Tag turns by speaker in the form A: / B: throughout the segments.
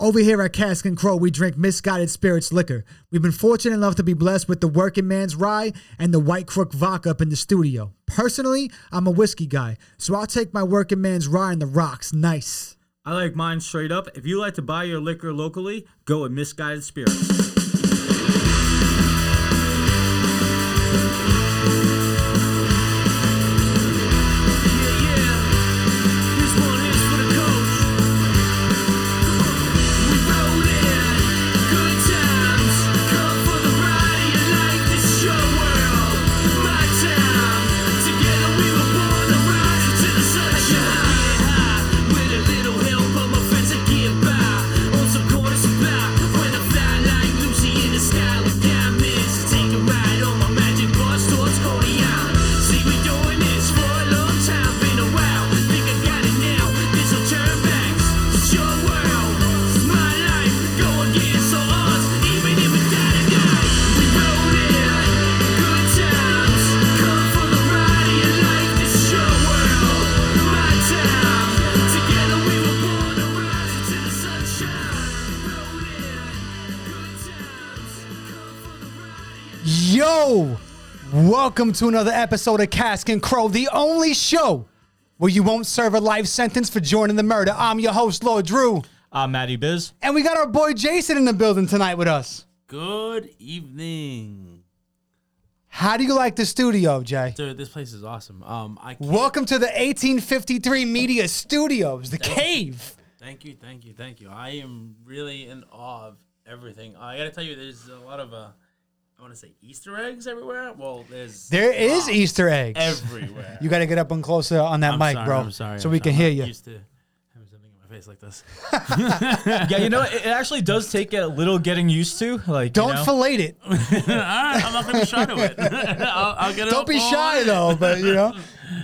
A: Over here at Cask and Crow, we drink misguided spirits liquor. We've been fortunate enough to be blessed with the working man's rye and the White Crook vodka up in the studio. Personally, I'm a whiskey guy, so I'll take my working man's rye in the rocks. Nice.
B: I like mine straight up. If you like to buy your liquor locally, go with Misguided Spirits.
A: Yo, welcome to another episode of Cask and Crow, the only show where you won't serve a life sentence for joining the murder. I'm your host, Lord Drew,
B: I'm Ah, Matty Biz.
A: and we got our boy Jason in the building tonight with us.
C: Good evening.
A: How do you like the studio, Jay?
C: Dude, this place is awesome. Um, I can't-
A: Welcome to the 1853 Media Studios, the cave.
C: thank you, thank you, thank you. I am really in awe of everything. I gotta tell you, there's a lot of uh, I want to say Easter eggs everywhere. Well, there's
A: There is
C: Wow.
A: Easter eggs.
C: everywhere.
A: you got to get up and closer on that
C: I'm
A: mic,
C: sorry,
A: bro,
C: I'm sorry.
A: so
C: I'm
A: we
C: sorry.
A: can hear
C: I'm
A: you.
C: Used to having something in my face like this.
B: Yeah, you know, it it actually does take a little getting used to. Like,
A: Don't
B: you know,
A: fillet it.
C: All right, I'm not gonna be shy to it. I'll, I'll get it.
A: Don't
C: up
A: be
C: on-
A: shy though, but you know,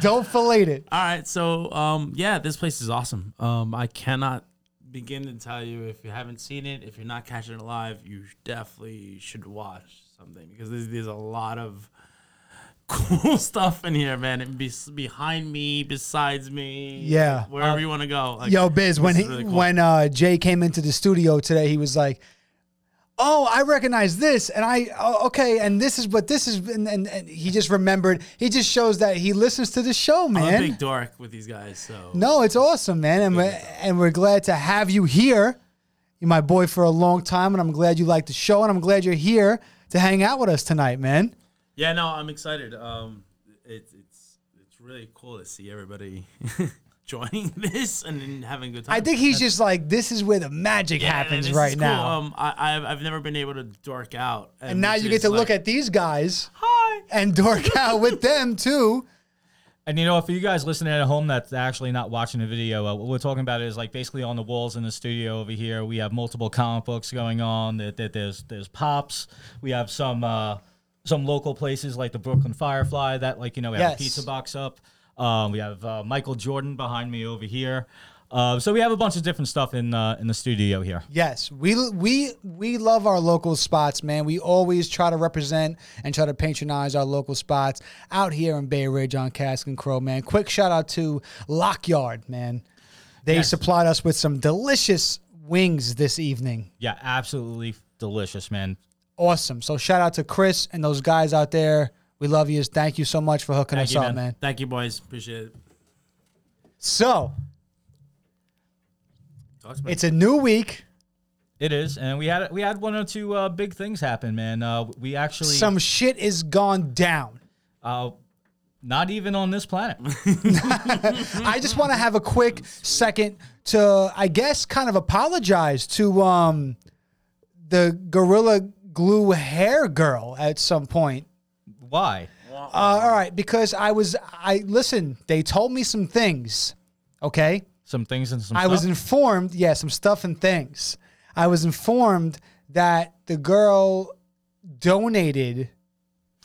A: don't fillet it.
C: All right, so um, yeah, this place is awesome. Um, I cannot begin to tell you if you haven't seen it, if you're not catching it live, you definitely should watch something because there's, there's a lot of cool stuff in here, man. And be, behind me, besides me,
A: Yeah.
C: wherever you want to go. Like,
A: Yo, Biz,
C: this
A: when
C: is
A: he,
C: really cool.
A: when uh, Jay came into the studio today, he was like, "Oh, I recognize this, and I oh, okay, and this is what this is," and, and, and he just remembered. He just shows that he listens to the show,
C: I'm a
A: man.
C: big dork with these guys, so
A: No, it's awesome, man, and we're, and we're glad to have you here. You're my boy for a long time, and I'm glad you like the show, and I'm glad you're here to hang out with us tonight, man.
C: yeah, no, I'm excited. Um, it, it's it's really cool to see everybody joining this and then having a good time.
A: I think he's just like, this is where the magic
C: Yeah,
A: happens
C: this
A: right
C: is cool.
A: now.
C: Um, I, I've, I've never been able to dork out,
A: and now
C: which
A: you get
C: is
A: to look
C: like,
A: at these guys
C: hi.
A: and dork out with them too.
B: and you know, for you guys listening at home that's actually not watching the video, uh, what we're talking about is like basically on the walls in the studio over here. We have multiple comic books going on. That, that there's there's pops. We have some uh, some local places like the Brooklyn Firefly. That like you know we have
A: Yes.
B: a pizza box up. Um, we have uh, Michael Jordan behind me over here. Uh, so we have a bunch of different stuff in uh, in the studio here.
A: Yes, we we we love our local spots, man. We always try to represent and try to patronize our local spots out here in Bay Ridge on Cask and Crow, man. Quick shout out to Lockyard, man. They supplied us with some delicious wings this evening.
B: Yeah, absolutely delicious, man.
A: Awesome. So shout out to Chris and those guys out there. We love you. Thank you so much for hooking
B: Thank
A: us
B: you,
A: up,
B: man.
A: man.
C: Thank you, boys. Appreciate it.
A: So
C: Talk to me.
A: it's a new week.
B: It is, and we had we had one or two uh, big things happen, man. Uh, we actually
A: Some shit is gone down.
B: uh, not even on this planet.
A: I just want to have a quick second to, I guess, kind of apologize to um, the Gorilla Glue hair girl at some point.
B: Why?
A: Uh, all right, because I was, I listen. They told me some things. Okay,
B: Some things and some.
A: I was
B: stuff?
A: informed. Yeah, some stuff and things. I was informed that the girl donated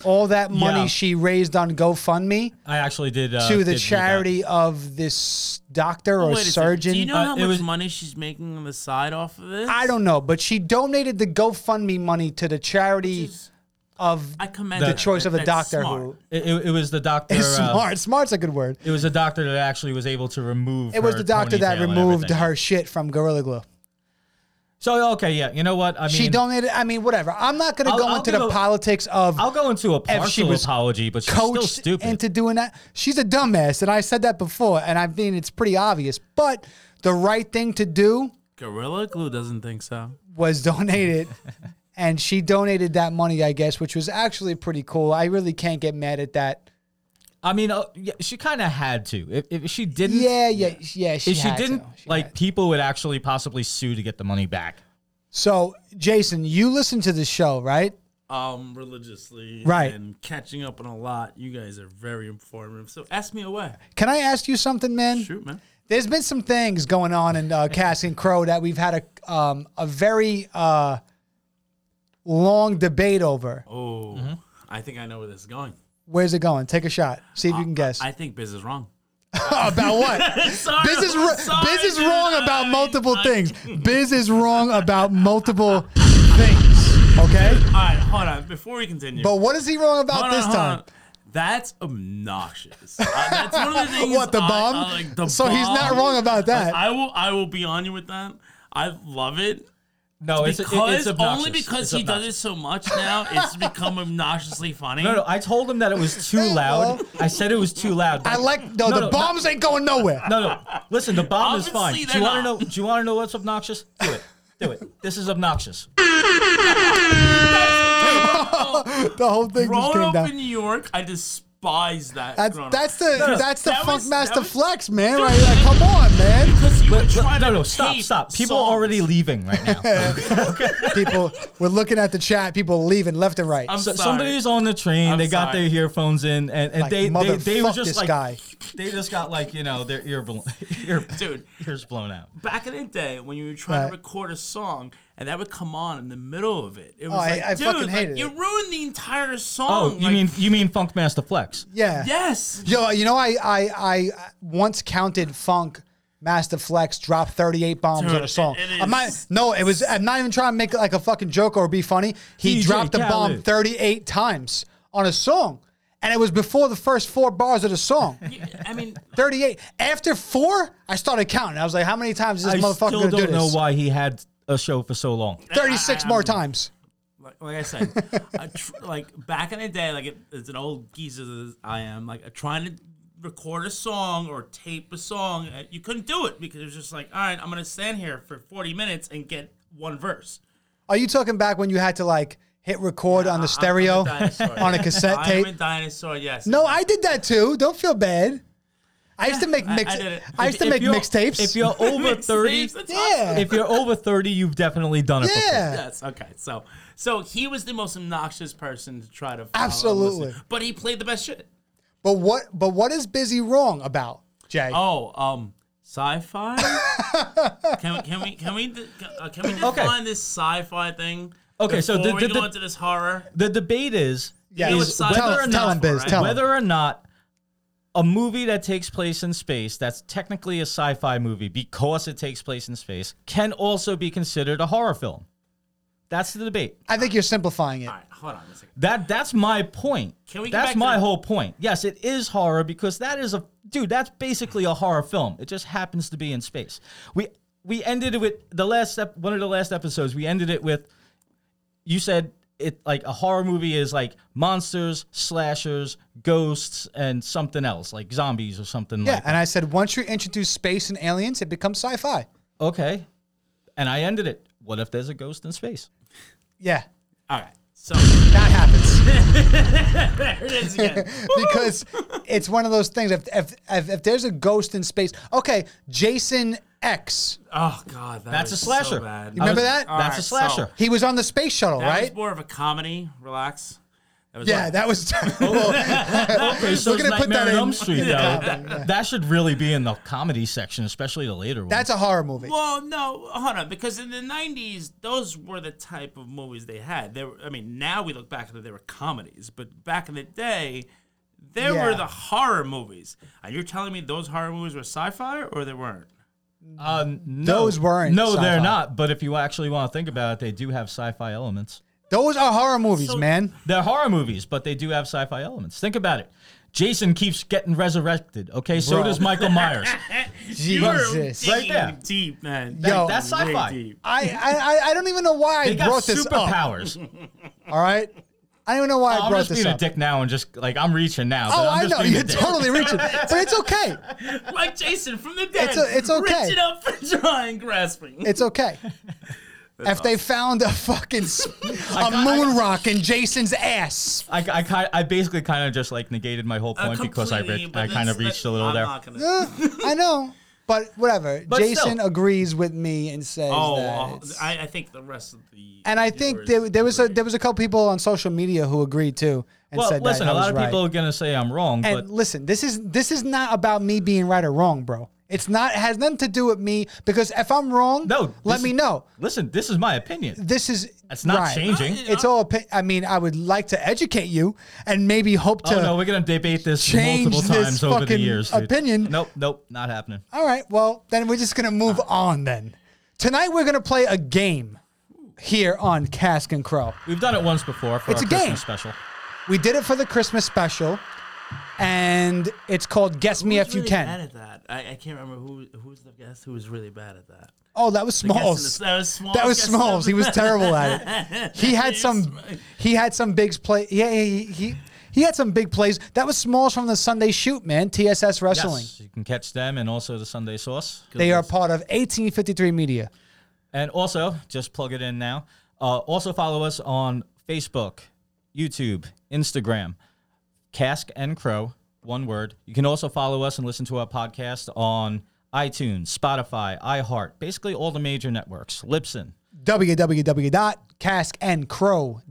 A: all that money
B: Yeah.
A: she raised on GoFundMe
B: I actually did uh,
A: to
B: did
A: the
B: read
A: charity of this doctor or
C: Wait a second.
A: surgeon.
C: Do you know
B: Uh,
C: how
B: it
C: much
B: was-
C: money she's making on the side off of this?
A: I don't know, but she donated the GoFundMe money to the charity of
C: I commend
A: the
C: her.
A: choice of a
C: That's
A: doctor
C: smart.
A: who
B: that. It, it, it was the doctor.
A: is
B: uh,
A: smart. Smart's a good word.
B: it was the doctor that actually was able to remove.
A: It was
B: her
A: the doctor that
B: ponytail and
A: removed
B: everything.
A: her shit from Gorilla Glue.
B: So okay, yeah. You know what? I mean,
A: she donated. I mean, whatever. I'm not going to
B: I'll-
A: go
B: I'll
A: into
B: give
A: the
B: a-
A: politics of
B: I'll go into a
A: she
B: partial
A: was
B: apology, but she's still
A: coached
B: stupid.
A: into doing that. She's a dumbass, and I said that before, and I mean it's pretty obvious. But the right thing to do
D: Gorilla Glue doesn't think so.
A: was donate it, and she donated that money, I guess, which was actually pretty cool. I really can't get mad at that.
B: I mean, uh, yeah, she kind of had to. If, if she didn't,
A: Yeah, yeah, yeah. She
B: Mm-hmm. if she
A: had to.
B: didn't,
A: She
B: like
A: had-
B: people would actually possibly sue to get the money back.
A: so, Jason, you listen to the show, right?
D: Um, religiously,
A: Right.
D: and catching up on a lot. You guys are very informative. So ask me away.
A: Can I ask you something, man?
D: Shoot, man.
A: There's been some things going on in uh, Cass and Crow that we've had a um, a very uh, long debate over.
D: Oh,
B: Mm-hmm.
D: I think I know where this is going.
A: Where's it going? Take a shot. See if you can guess.
D: Uh, I think Biz is wrong.
A: about what?
D: Sorry,
A: Biz is,
D: I'm
A: ro-
D: sorry,
A: Biz is
D: dude.
A: wrong
D: I-
A: about multiple
D: I-
A: things. Biz is wrong about multiple things. Okay?
D: All right, hold on. Before we continue,
A: But what is he wrong about
D: Hold on,
A: this
D: hold
A: time?
D: on. That's obnoxious. Uh, that's one of the things.
A: What, the
D: I-
A: bomb?
D: I like, the
A: so he's not
D: bomb.
A: wrong about that.
D: I will. I will be on you with that. I love it
B: No, it's, it,
D: because
B: it's obnoxious.
D: only because
B: It's
D: he
B: obnoxious.
D: does it so much now. It's become obnoxiously funny.
B: No, no, I told him that it was too loud. I said it was too loud.
A: I like no,
B: No,
A: the
B: no,
A: bombs ain't going nowhere.
B: No, no. Listen, the bomb is fine.
D: Obviously
B: Do you want to
D: they're
B: know?
D: not.
B: Do you want to know what's obnoxious? Do it. Do it. This is obnoxious.
A: The whole thing just
D: Growing
A: came
D: up
A: down.
D: in New York, I despise that.
A: That's
D: growing up.
A: that's the
B: no,
A: that's the
D: that
A: funk
D: was-
A: master
D: that was-
A: flex, man. Right? Like, come on, man.
D: because you were trying
B: No,
D: to
B: no, stop,
D: tape
B: stop. People
D: songs.
B: are already leaving right now.
A: People, we're looking at the chat. People leaving left and right.
D: I'm
B: So,
D: sorry.
B: somebody's on the train.
D: I'm
B: they got
D: sorry.
B: their earphones in, and, and
A: Like,
B: they, they they were
A: motherfuck
B: just
A: this
B: like
A: guy.
B: they just got like you know their ear, blo- ear
D: Dude.
B: ears blown out.
D: back in the day when you were trying
A: Right.
D: to record a song and that would come on in the middle of it. It was
A: Oh, I-
D: like,
A: I
D: dude,
A: fucking
D: like,
A: hated
D: you
A: it.
D: ruined the entire
B: Oh,
D: song.
B: you
D: like,
B: mean you mean Funk Master Flex?
A: yeah.
D: yes?
A: Yo, you know, I I I once counted funk. Master Flex dropped 38 bombs
D: Dude,
A: on a song.
D: it- it
A: I'm not,
D: is-
A: no, it was. I'm not even trying to make it like a fucking joke or be funny. He
B: DJ
A: dropped the bomb
B: Khaled.
A: 38 times on a song, and it was before the first four bars of the song.
D: You- I mean,
A: 38. After four, I started counting. I was like, how many times is this
B: I
A: motherfucker
B: still
A: gonna do
B: don't know
A: this?
B: why he had a show for so long.
A: 36 more times.
D: like, like I said, I tr- like back in the day, like it, it's an old geezer as I am, like trying to record a song or tape a song, uh, you couldn't do it because it was just like, all right, I'm gonna stand here for 40 minutes and get one verse.
A: Are you talking back when you had to like hit record on the stereo
D: I'm a dinosaur.
A: on a cassette
D: I
A: tape?
D: am a dinosaur. Yes.
A: No, I did that too. Don't feel bad. I used to make
D: I-
A: mix.
D: I
A: I,
D: did it.
A: used to
B: If
A: make
B: you're-
A: mixtapes.
B: If you're over thirty,
D: Mixtapes, that's
A: yeah,
B: if you're over thirty, you've definitely done it. before.
A: yeah.
D: Yes. Okay. So, so he was the most obnoxious person to try to follow and
A: Absolutely.
D: listen. but he played the best shit.
A: But what? But what is busy wrong about Jay?
D: Oh, um, sci-fi. can we can we can we de- uh, can we define
B: Okay.
D: this sci-fi thing?
B: Okay, so
D: before
B: the-
D: we
B: the-
D: go
B: the-
D: into this horror.
B: The debate is
A: yeah,
D: you know
A: he's-
D: what side-
A: tell,
D: whether or
A: tell
D: not-
A: him, Biz.
D: right?
A: Tell him.
B: whether or not a movie that takes place in space that's technically a sci-fi movie because it takes place in space can also be considered a horror film that's the debate
A: I think you're simplifying it.
D: All right, hold on a second.
B: that that's my point
D: Can we get back
B: that's
D: to
B: my
D: the-
B: whole point yes it is horror because that is a dude that's basically a horror film it just happens to be in space we we ended it with the last step one of the last episodes we ended it with you said it like a horror movie is like monsters, slashers, ghosts, and something else like zombies or something
A: Yeah,
B: like.
A: and I said once you introduce space and aliens, it becomes sci-fi.
B: Okay, and I ended it. What if there's a ghost in space?
A: Yeah,
D: All right, so
A: that happens.
D: there it is again.
A: because it's one of those things. If, if if if there's a ghost in space, okay, Jason X,
D: oh God, that
B: That's a
D: was
B: slasher.
D: So bad.
A: You remember
B: I
A: that?
B: That's a
D: Alright, so-
B: slasher.
A: he was on the space shuttle,
D: That
A: right?
D: was more of a comedy. Relax. That was
A: yeah,
D: like-
A: that was terrible.
B: okay, so
A: We're gonna
B: it's
A: put
B: Nightmare
A: that
B: on
A: in.
B: Elm Street though.
A: Yeah.
B: That, that should really be in the comedy section, especially the later one.
A: That's a horror movie.
D: Well, no, hold on, because in the '90s, those were the type of movies they had. They were, I mean, now we look back and they were comedies, but back in the day, they
A: Yeah.
D: were the horror movies. And you're telling me those horror movies were sci-fi or they weren't?
B: um, no,
A: Those weren't
B: No, they're
A: sci-fi.
B: not. But if you actually want to think about it, they do have sci-fi elements.
A: Those are horror movies,
D: So-
A: man.
B: They're horror movies, but they do have sci-fi elements. Think about it. Jason keeps getting resurrected. Okay, so does Michael Myers.
A: Jesus.
B: Right there.
D: deep, man.
A: Yo.
B: That's
D: Way
B: sci-fi.
D: deep.
A: I, I I- I don't even know why
B: They
A: I
B: got
A: brought this up.
B: superpowers. Oh,
A: All right, I don't even know why I
B: I'm
A: brought
B: just
A: this
B: being a
A: up.
B: dick now and just like I'm reaching now. but
A: Oh,
B: I'm
A: I
B: just
A: know
B: being a
A: you're
B: dick.
A: totally reaching, but it's okay.
D: Like Jason from the dead.
A: It's a- it's okay.
D: Reaching up for trying, grasping.
A: It's okay. if they found a fucking s- a moon rock in Jason's ass,
B: I, I, ki- I basically kind of just like negated my whole
D: Uh,
B: point because I,
D: completely,
B: re-
D: but
B: I kind
D: that's-
B: of reached
D: that-
B: a little
D: I'm
B: there.
D: not gonna-
A: Uh, I know. But whatever.
B: But
A: Jason
B: still.
A: agrees with me and says
D: Oh,
A: that.
D: well,
A: it's-
D: I, I think the rest of the
A: and I think there,
D: viewers
A: there was a
D: agree.
A: there was a couple people on social media who agreed too and
B: Well,
A: said
B: listen,
A: that.
B: a
A: I was
B: lot of
A: right.
B: people are gonna say I'm wrong,
A: And
B: but
A: listen, this is this is not about me being right or wrong, bro. It's not it has nothing to do with me because if I'm wrong,
B: no.
A: let
B: this
A: me
B: is-
A: know.
B: Listen, this is my opinion.
A: This is
B: It's not
A: right.
B: changing.
A: It's all. opi- I mean, I would like to educate you and maybe hope to.
B: oh no, we're gonna debate this
A: change
B: multiple
A: this
B: times over the
A: fucking
B: years. dude.
A: opinion.
B: Nope, nope, not happening.
A: All right. Well, then we're just gonna move on. Then tonight we're gonna play a game here on Cask and Crow.
B: We've done it once before for
A: It's
B: our
A: a game.
B: Christmas special.
A: We did it for the Christmas special, and it's called Guess Me
D: Who's
A: If You
D: really
A: Can.
D: Bad at that. I, I can't remember who who's the guest who was really bad at that.
A: oh, that was
D: The guest in
A: Smalls.
D: this- That was Smalls.
A: That was
D: guest
A: Smalls. He was terrible at
D: it.
A: it. He had some. He had some big play. Yeah, he. he he had some big plays. That was Smalls from the Sunday Shoot, man. TSS Wrestling.
B: Yes, you can catch them and also the Sunday Sauce.
A: They are part of 1853 Media.
B: And also, just plug it in now. Uh, also follow us on Facebook, YouTube, Instagram, Cask and Crow, one word. You can also follow us and listen to our podcast on iTunes, Spotify, iHeart, basically all the major networks. Lipson.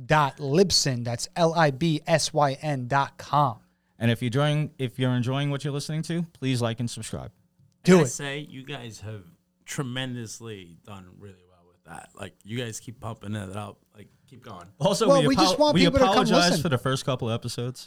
A: www.caskandcrow.libsyn. That's L I B S Y N dot com.
B: And if you're enjoying, if you're enjoying what you're listening to, please like and subscribe.
A: Do
D: I
A: it.
D: say you guys have tremendously done really well with that. Like you guys keep pumping it up. Like keep going.
B: Also,
A: Well,
B: we,
A: we just
B: apo-
A: want
B: we
A: people to come
B: apologize
A: listen.
B: for the first couple of episodes.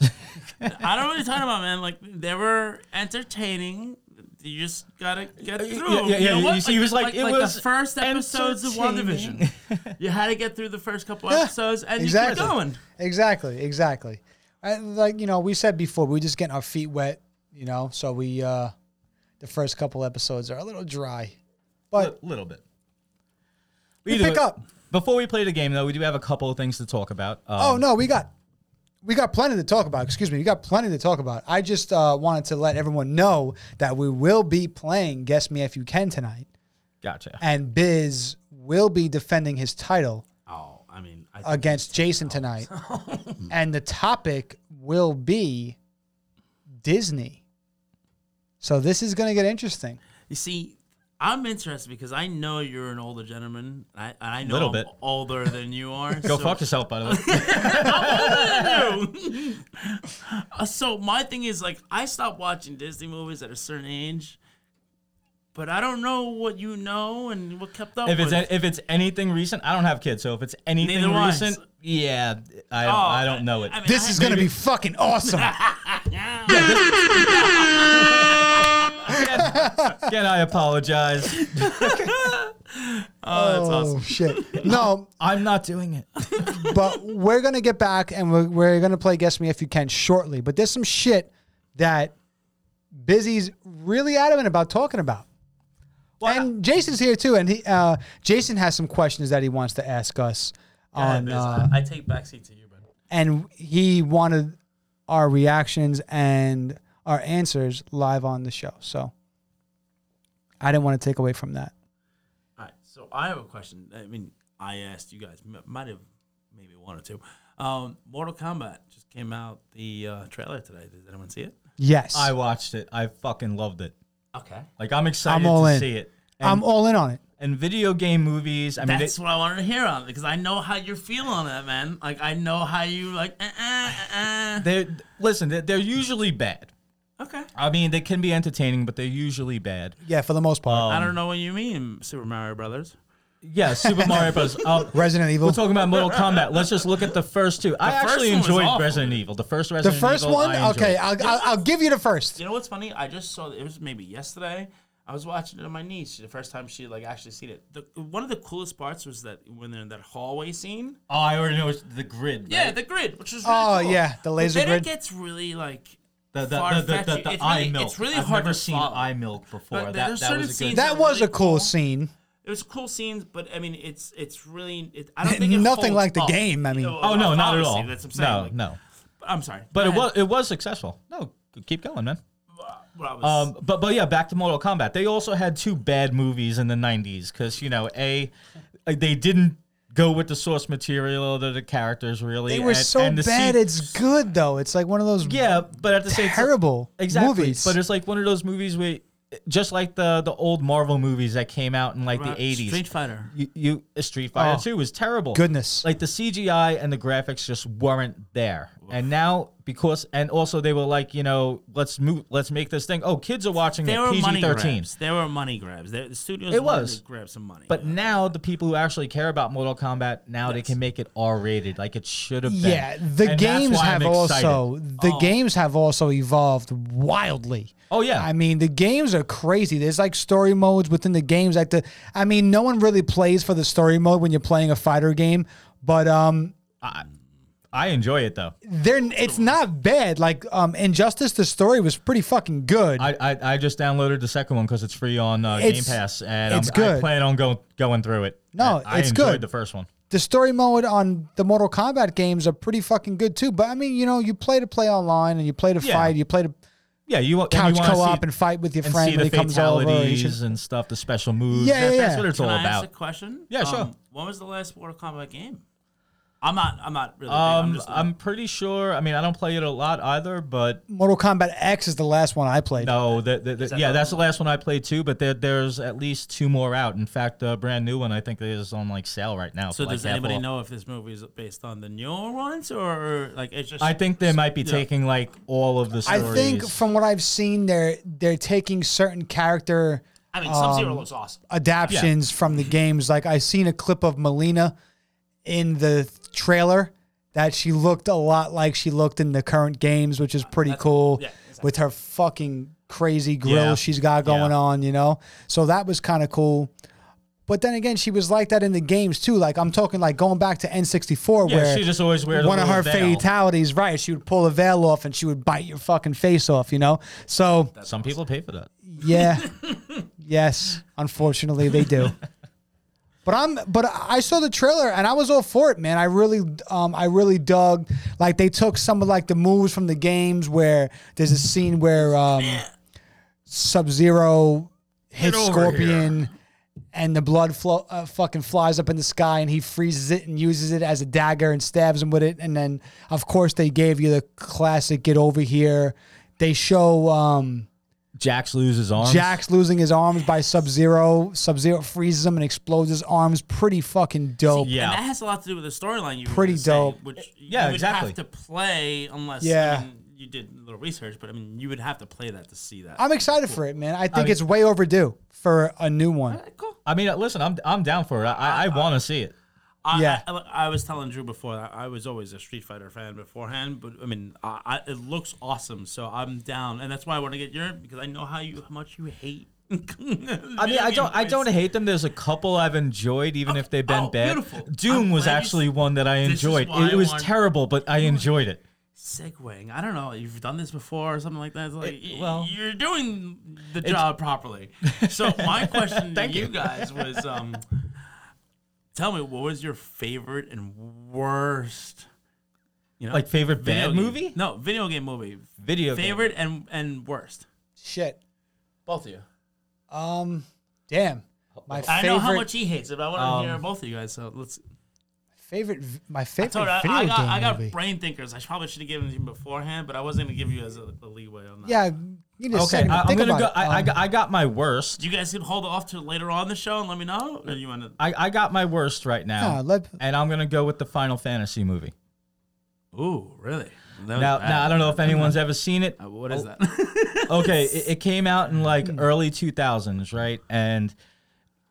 D: I don't know what you're talking about, man. Like they were entertaining. You just gotta get through.
B: Uh, yeah,
D: them.
B: yeah,
D: You know
B: yeah,
D: what?
B: you see, it was like- it was
D: the first episodes of
B: entertaining.
D: WandaVision. you had to get through the first couple
A: Yeah,
D: episodes, and you keep going.
A: Exactly, exactly. I, like you know, we said before, we're just getting our feet wet. You know, so we uh the first couple episodes are a little dry.
B: a little bit.
A: We
B: Either
A: pick
B: way-
A: up.
D: Oh.
B: Before we play the game, though, we do have a couple of things to talk about. Um,
A: Oh no, we got we got plenty to talk about. Excuse me, we got plenty to talk about. I just uh, wanted to let everyone know that we will be playing Guess Me If You Can tonight,
B: Gotcha.
A: and Biz will be defending his title
D: Oh, I mean,
B: Uh,
D: I think
A: against Jason tonight. and the topic will be Disney. So this is going to get interesting.
D: You see, I'm interested because I know you're an older gentleman. I, and I know
B: Little
D: I'm
B: bit.
D: older than you are.
B: Go
D: so,
B: fuck yourself, by the way.
D: Uh, So my thing is like I stopped watching Disney movies at a certain age, but I don't know what you know and what kept up
B: if it's
D: with.
B: if it's anything recent, I don't have kids, so if it's anything
D: Neither do I.
B: recent, yeah, I don't,
D: Oh,
B: I don't know it.
D: I mean,
A: This
D: I-
A: is going to be fucking
D: Oh,
A: awesome.
B: Again, I apologize.
D: Oh, that's
A: oh
D: awesome.
A: shit. No,
B: I'm not doing it.
A: but we're going to get back and we're, we're going to play Guess Me If You Can shortly. But there's some shit that Busy's really adamant about talking about.
B: Well,
A: and Jason's here too, and he, uh, Jason has some questions that he wants to ask us on
D: Yeah,
A: uh,
D: Biz, I, I take backseat to you, but
A: and he wanted our reactions and our answers live on the show. So I didn't want to take away from that.
D: All right, so I have a question. I mean, I asked you guys, m- might have maybe one or two. Um, Mortal Kombat just came out the uh, trailer today. Did anyone see it?
A: Yes,
B: I watched it. I fucking loved it.
D: Okay.
B: Like I'm
A: I'm
B: excited
A: all
B: to
A: in.
B: see it. And,
A: I'm all in on it.
B: and video game movies. I mean,
D: That's
B: it-
D: what I wanted to hear on it because I know how you're feeling on that, man. Like I know how you like. Uh, uh, uh,
B: they listen. They're, they're usually bad.
D: uh. Okay.
B: I mean, they can be entertaining, but they're usually bad.
A: Yeah, for the most part.
D: I don't know what you mean, Super Mario Brothers.
B: Yeah, Super Mario Bros. Um,
A: Resident Evil.
B: We're talking about Mortal Kombat. Let's just look at the first two. I
D: first
B: actually
D: one was
B: enjoyed
D: awful.
B: Resident Evil. The first
A: the
B: Resident
A: first
B: Evil,
A: one.
B: I enjoyed.
A: Okay, I'll, I'll, I'll give you the first.
D: You know what's funny? I just saw it was maybe yesterday. I was watching it on my niece the first time she like actually seen it. The, one of the coolest parts was that when they're in that hallway scene.
B: Oh, I already know it's the grid.
D: Yeah,
B: right?
D: the grid, which is really
A: Oh
D: cool.
A: yeah, the
D: But
A: laser
D: then
A: grid.
D: it gets really like
B: The, the, the, the,
D: Far-fetched.
B: the, the
D: It's
B: eye
D: really-
B: milk.
D: it's really
B: I've
D: hard
B: never
D: to
B: seen
D: follow.
B: eye milk before.
D: But
B: that
D: there's
B: that
D: certain
B: was a good.
D: scenes
A: That
D: really
A: was a cool
D: cool.
A: scene.
D: It was cool scenes, but I mean, it's it's really it, I don't think it
A: Nothing
D: holds
A: like the
D: up.
A: game, I mean.
B: oh no, not at
D: obviously,
B: all.
D: That's what I'm saying.
B: No,
D: like,
B: no.
D: I'm sorry,
B: But
D: Go
B: it
D: ahead.
B: was it was successful. No, keep going, man.
D: What I was-
B: Um, but but yeah, back to Mortal Kombat. They also had two bad movies in the '90s because you know, a they didn't go with the source material or the, the characters really.
A: They were
B: and-
A: so
B: and the
A: bad.
B: se-
A: it's good though. It's like one of those
B: yeah, but at the same time,
A: terrible
B: exactly.
A: movies.
B: But it's like one of those movies where, just like the the old Marvel movies that came out in like
D: Right,
B: the '80s,
D: Street Fighter.
B: you, you uh, Street Fighter
A: Oh,
B: Two was terrible.
A: goodness.
B: like the CGI and the graphics just weren't there. And now because and also they were like, you know, let's move, let's make this thing. Oh, kids are watching
D: There
B: it
D: were money
B: PG thirteen.
D: grabs. There were money grabs. There, the studios
B: It
D: wanted
B: was.
D: to grab some money.
B: But now the people who actually care about Mortal Kombat now they can make it R rated, like it should have been.
A: Yeah, the
B: And that's
A: games
B: why
A: have
B: I'm excited.
A: also the games have also evolved wildly.
B: Oh, yeah.
A: I mean the games are crazy. There's like story modes within the games. Like the, I mean, no one really plays for the story mode when you're playing a fighter game, but um,
B: I enjoy it though.
A: they're it's not bad. Like um, Injustice, the story was pretty fucking good.
B: I I, I just downloaded the second one because it's free on uh, Game
A: It's-
B: Pass, and
A: it's
B: I'm,
A: good.
B: I plan on going going through it.
A: No,
B: I, I
A: it's
B: enjoyed
A: good.
B: The first one.
A: the story mode on the Mortal Kombat games are pretty fucking good too. But I mean, you know, you play to play online and you play to
B: Yeah.
A: fight, you play to
B: Yeah, you want
A: couch
B: you wanna
A: co-op
B: see-
A: and fight with your
B: and
A: friend
B: see
A: when
B: the
A: he comes over. and you should-
B: fatalities and stuff, the special moves.
A: Yeah,
B: That-
A: yeah, yeah.
B: That's what it's
D: Can
B: all
D: I
B: about.
D: ask a question?
B: Yeah, sure.
D: Um, when was the last Mortal Kombat game? I'm not. I'm not really. big, I'm
B: Um,
D: just.
B: I'm pretty sure. I mean, I don't play it a lot either, but
A: Mortal Kombat X is the last one I played.
B: no, the, the, the-
D: that
B: yeah,
D: the
B: that's the last one I played too. But there, there's at least two more out. In fact, a brand new one I think is on like sale right now.
D: so
B: for, like,
D: does anybody
B: half off.
D: know if this movie is based on the newer ones or like it's just?
B: I think they might be
D: Yeah.
B: taking like all of the
A: I
B: stories.
A: think from what I've seen, they're they're taking certain character
D: I mean, Sub
B: um,
D: Zero looks awesome.
A: adaptions from the games. Like I seen a clip of Melina in the trailer that she looked a lot like she looked in the current games, which is pretty cool.
D: yeah, exactly.
A: With her fucking crazy grill
B: Yeah,
A: she's got going
B: yeah.
A: on, you know. So that was kind of cool. But then again, she was like that in the games too. Like I'm talking like going back to N64
B: yeah,
A: where
B: she just always wears
A: one
B: a
A: of her
B: little veil.
A: fatalities, right? She would pull a veil off and she would bite your fucking face off, you know? So,
B: Some people pay for that.
A: yeah. yes, unfortunately they do. But I'm but I saw the trailer and I was all for it, man. I really um I really dug like they took some of like the moves from the games where there's a scene where um Sub-Zero hits
B: over
A: Scorpion and the blood flow uh, fucking flies up in the sky and he freezes it and uses it as a dagger and stabs him with it and then of course they gave you the classic get over here they show um
B: Jax loses arms.
A: Jax losing his arms by Sub Zero. Sub Zero freezes him and explodes his arms. Pretty fucking dope.
B: Yeah.
D: And that has a lot to do with the storyline. You were
A: Pretty
D: just saying,
A: dope.
D: Which
B: Yeah,
D: you would
B: exactly.
D: Have to play unless
A: Yeah.
D: I mean, you did a little research, but I mean, you would have to play that to see that.
A: I'm excited for it, man. I think it's way overdue for a new one.
D: Alright, cool.
B: I mean, listen, I'm I'm down for it. I I, I want to see it.
D: I,
A: Yeah.
D: I, I was telling Drew before that I was always a Street Fighter fan beforehand, but I mean, I, I, it looks awesome, so I'm down, and that's why I want to get your because I know how you how much you hate.
B: I mean, I don't, I don't hate them. There's a couple I've enjoyed, even if they've been
D: Oh,
B: bad.
D: beautiful.
B: Doom
D: I'm
B: was
D: glad you
B: actually
D: s-
B: one that I
D: This is
B: enjoyed.
D: why
B: It,
D: I
B: was
D: want-
B: terrible, but I enjoyed it.
D: segueing. I don't know. You've done this before or something like that. It's like y-
B: well-
D: you're doing the job properly. So my question to you, guys was, um, tell me what was your favorite and worst, you know,
B: Like favorite
D: video
B: bad
D: game-
B: movie?
D: No, video game movie.
B: Video game.
D: favorite and and worst.
A: Shit.
D: Both of you.
A: Um. Damn. My
D: I
A: favorite.
D: know how much he hates it, but I want to
B: um,
D: hear both of you guys. So let's.
A: favorite. v- My
D: I,
A: favorite
D: told you, I,
A: video
D: I got,
A: game
D: I got
A: movie.
D: brain thinkers. I probably should have given you beforehand, but I wasn't gonna give you as a, a leeway on that.
A: yeah. You need a
B: Okay,
A: second to
B: I, am
A: think
B: gonna
A: about
B: go.
A: it.
B: I, I,
A: Um,
B: got, I got my worst.
D: You guys can hold off to later on in the show and let me know. Or you want to?
B: I, I got my worst right now,
A: Nah, let-
B: and I'm gonna go with the Final Fantasy movie.
D: Ooh, really? That was
B: Now,
D: bad.
B: now I don't know if anyone's ever seen it. Oh.
D: Uh, What is that? Hmm.
B: okay, it, it came out in like early 2000s, right? And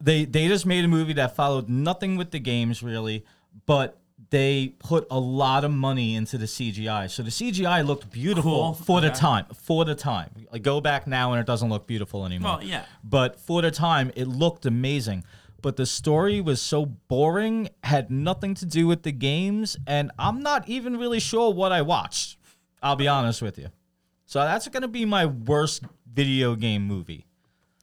B: they they just made a movie that followed nothing with the games really, but they put a lot of money into the CGI. So the CGI looked beautiful
D: Cool,
B: for the
D: okay.
B: time, for the time. Like go back now and it doesn't look beautiful anymore.
D: Well, Oh, yeah.
B: But for the time, it looked amazing. But the story was so boring, had nothing to do with the games, and I'm not even really sure what I watched. I'll be honest with you. So that's gonna be my worst video game movie.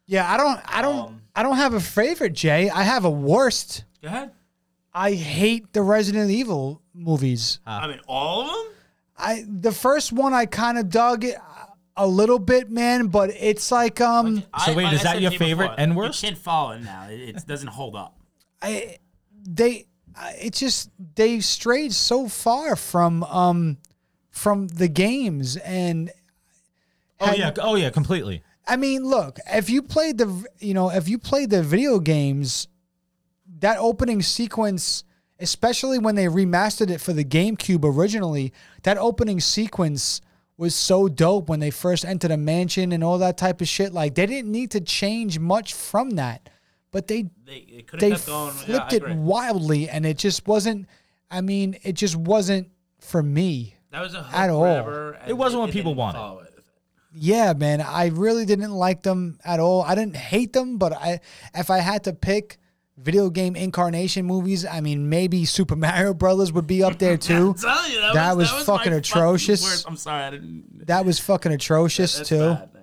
A: Yeah, I don't, I don't, I don't have a favorite, Jay. I have a worst.
D: Go ahead.
A: I hate the Resident Evil movies.
D: I mean, all of them.
A: I the first one I kind of dug it a little bit, man, but it's like um.
B: So wait,
D: like
B: is
D: I
B: that
D: said
B: your
D: to you before,
B: favorite and worst?
D: You can't follow it now. It, it doesn't hold up.
A: I they I- it just they've strayed so far from um from the games and
B: Oh yeah, oh yeah, completely.
A: I mean look if you played the you know if you played the video games that opening sequence especially when they remastered it for the GameCube originally that opening sequence was so dope when they first entered a mansion and all that type of shit like they didn't need to change much from that but they
D: They, they could
A: they
D: have kept going. Yeah,
A: flipped
D: I
A: it
D: agree.
A: wildly and it just wasn't i mean it just wasn't for me
D: That was a hook
A: at all.
D: forever, and
B: It wasn't
D: they-
B: what
D: they
B: people
D: didn't
B: wanted.
D: follow it.
A: yeah man i really didn't like them at all i didn't hate them but i if i had to pick video game incarnation movies i mean maybe super mario brothers would be up there too
D: I'm telling you, that,
A: That
D: was,
A: was
D: my
A: fucking atrocious.
D: worst. I'm sorry, I didn't.
A: that was fucking atrocious
D: That's
A: too
D: bad, man.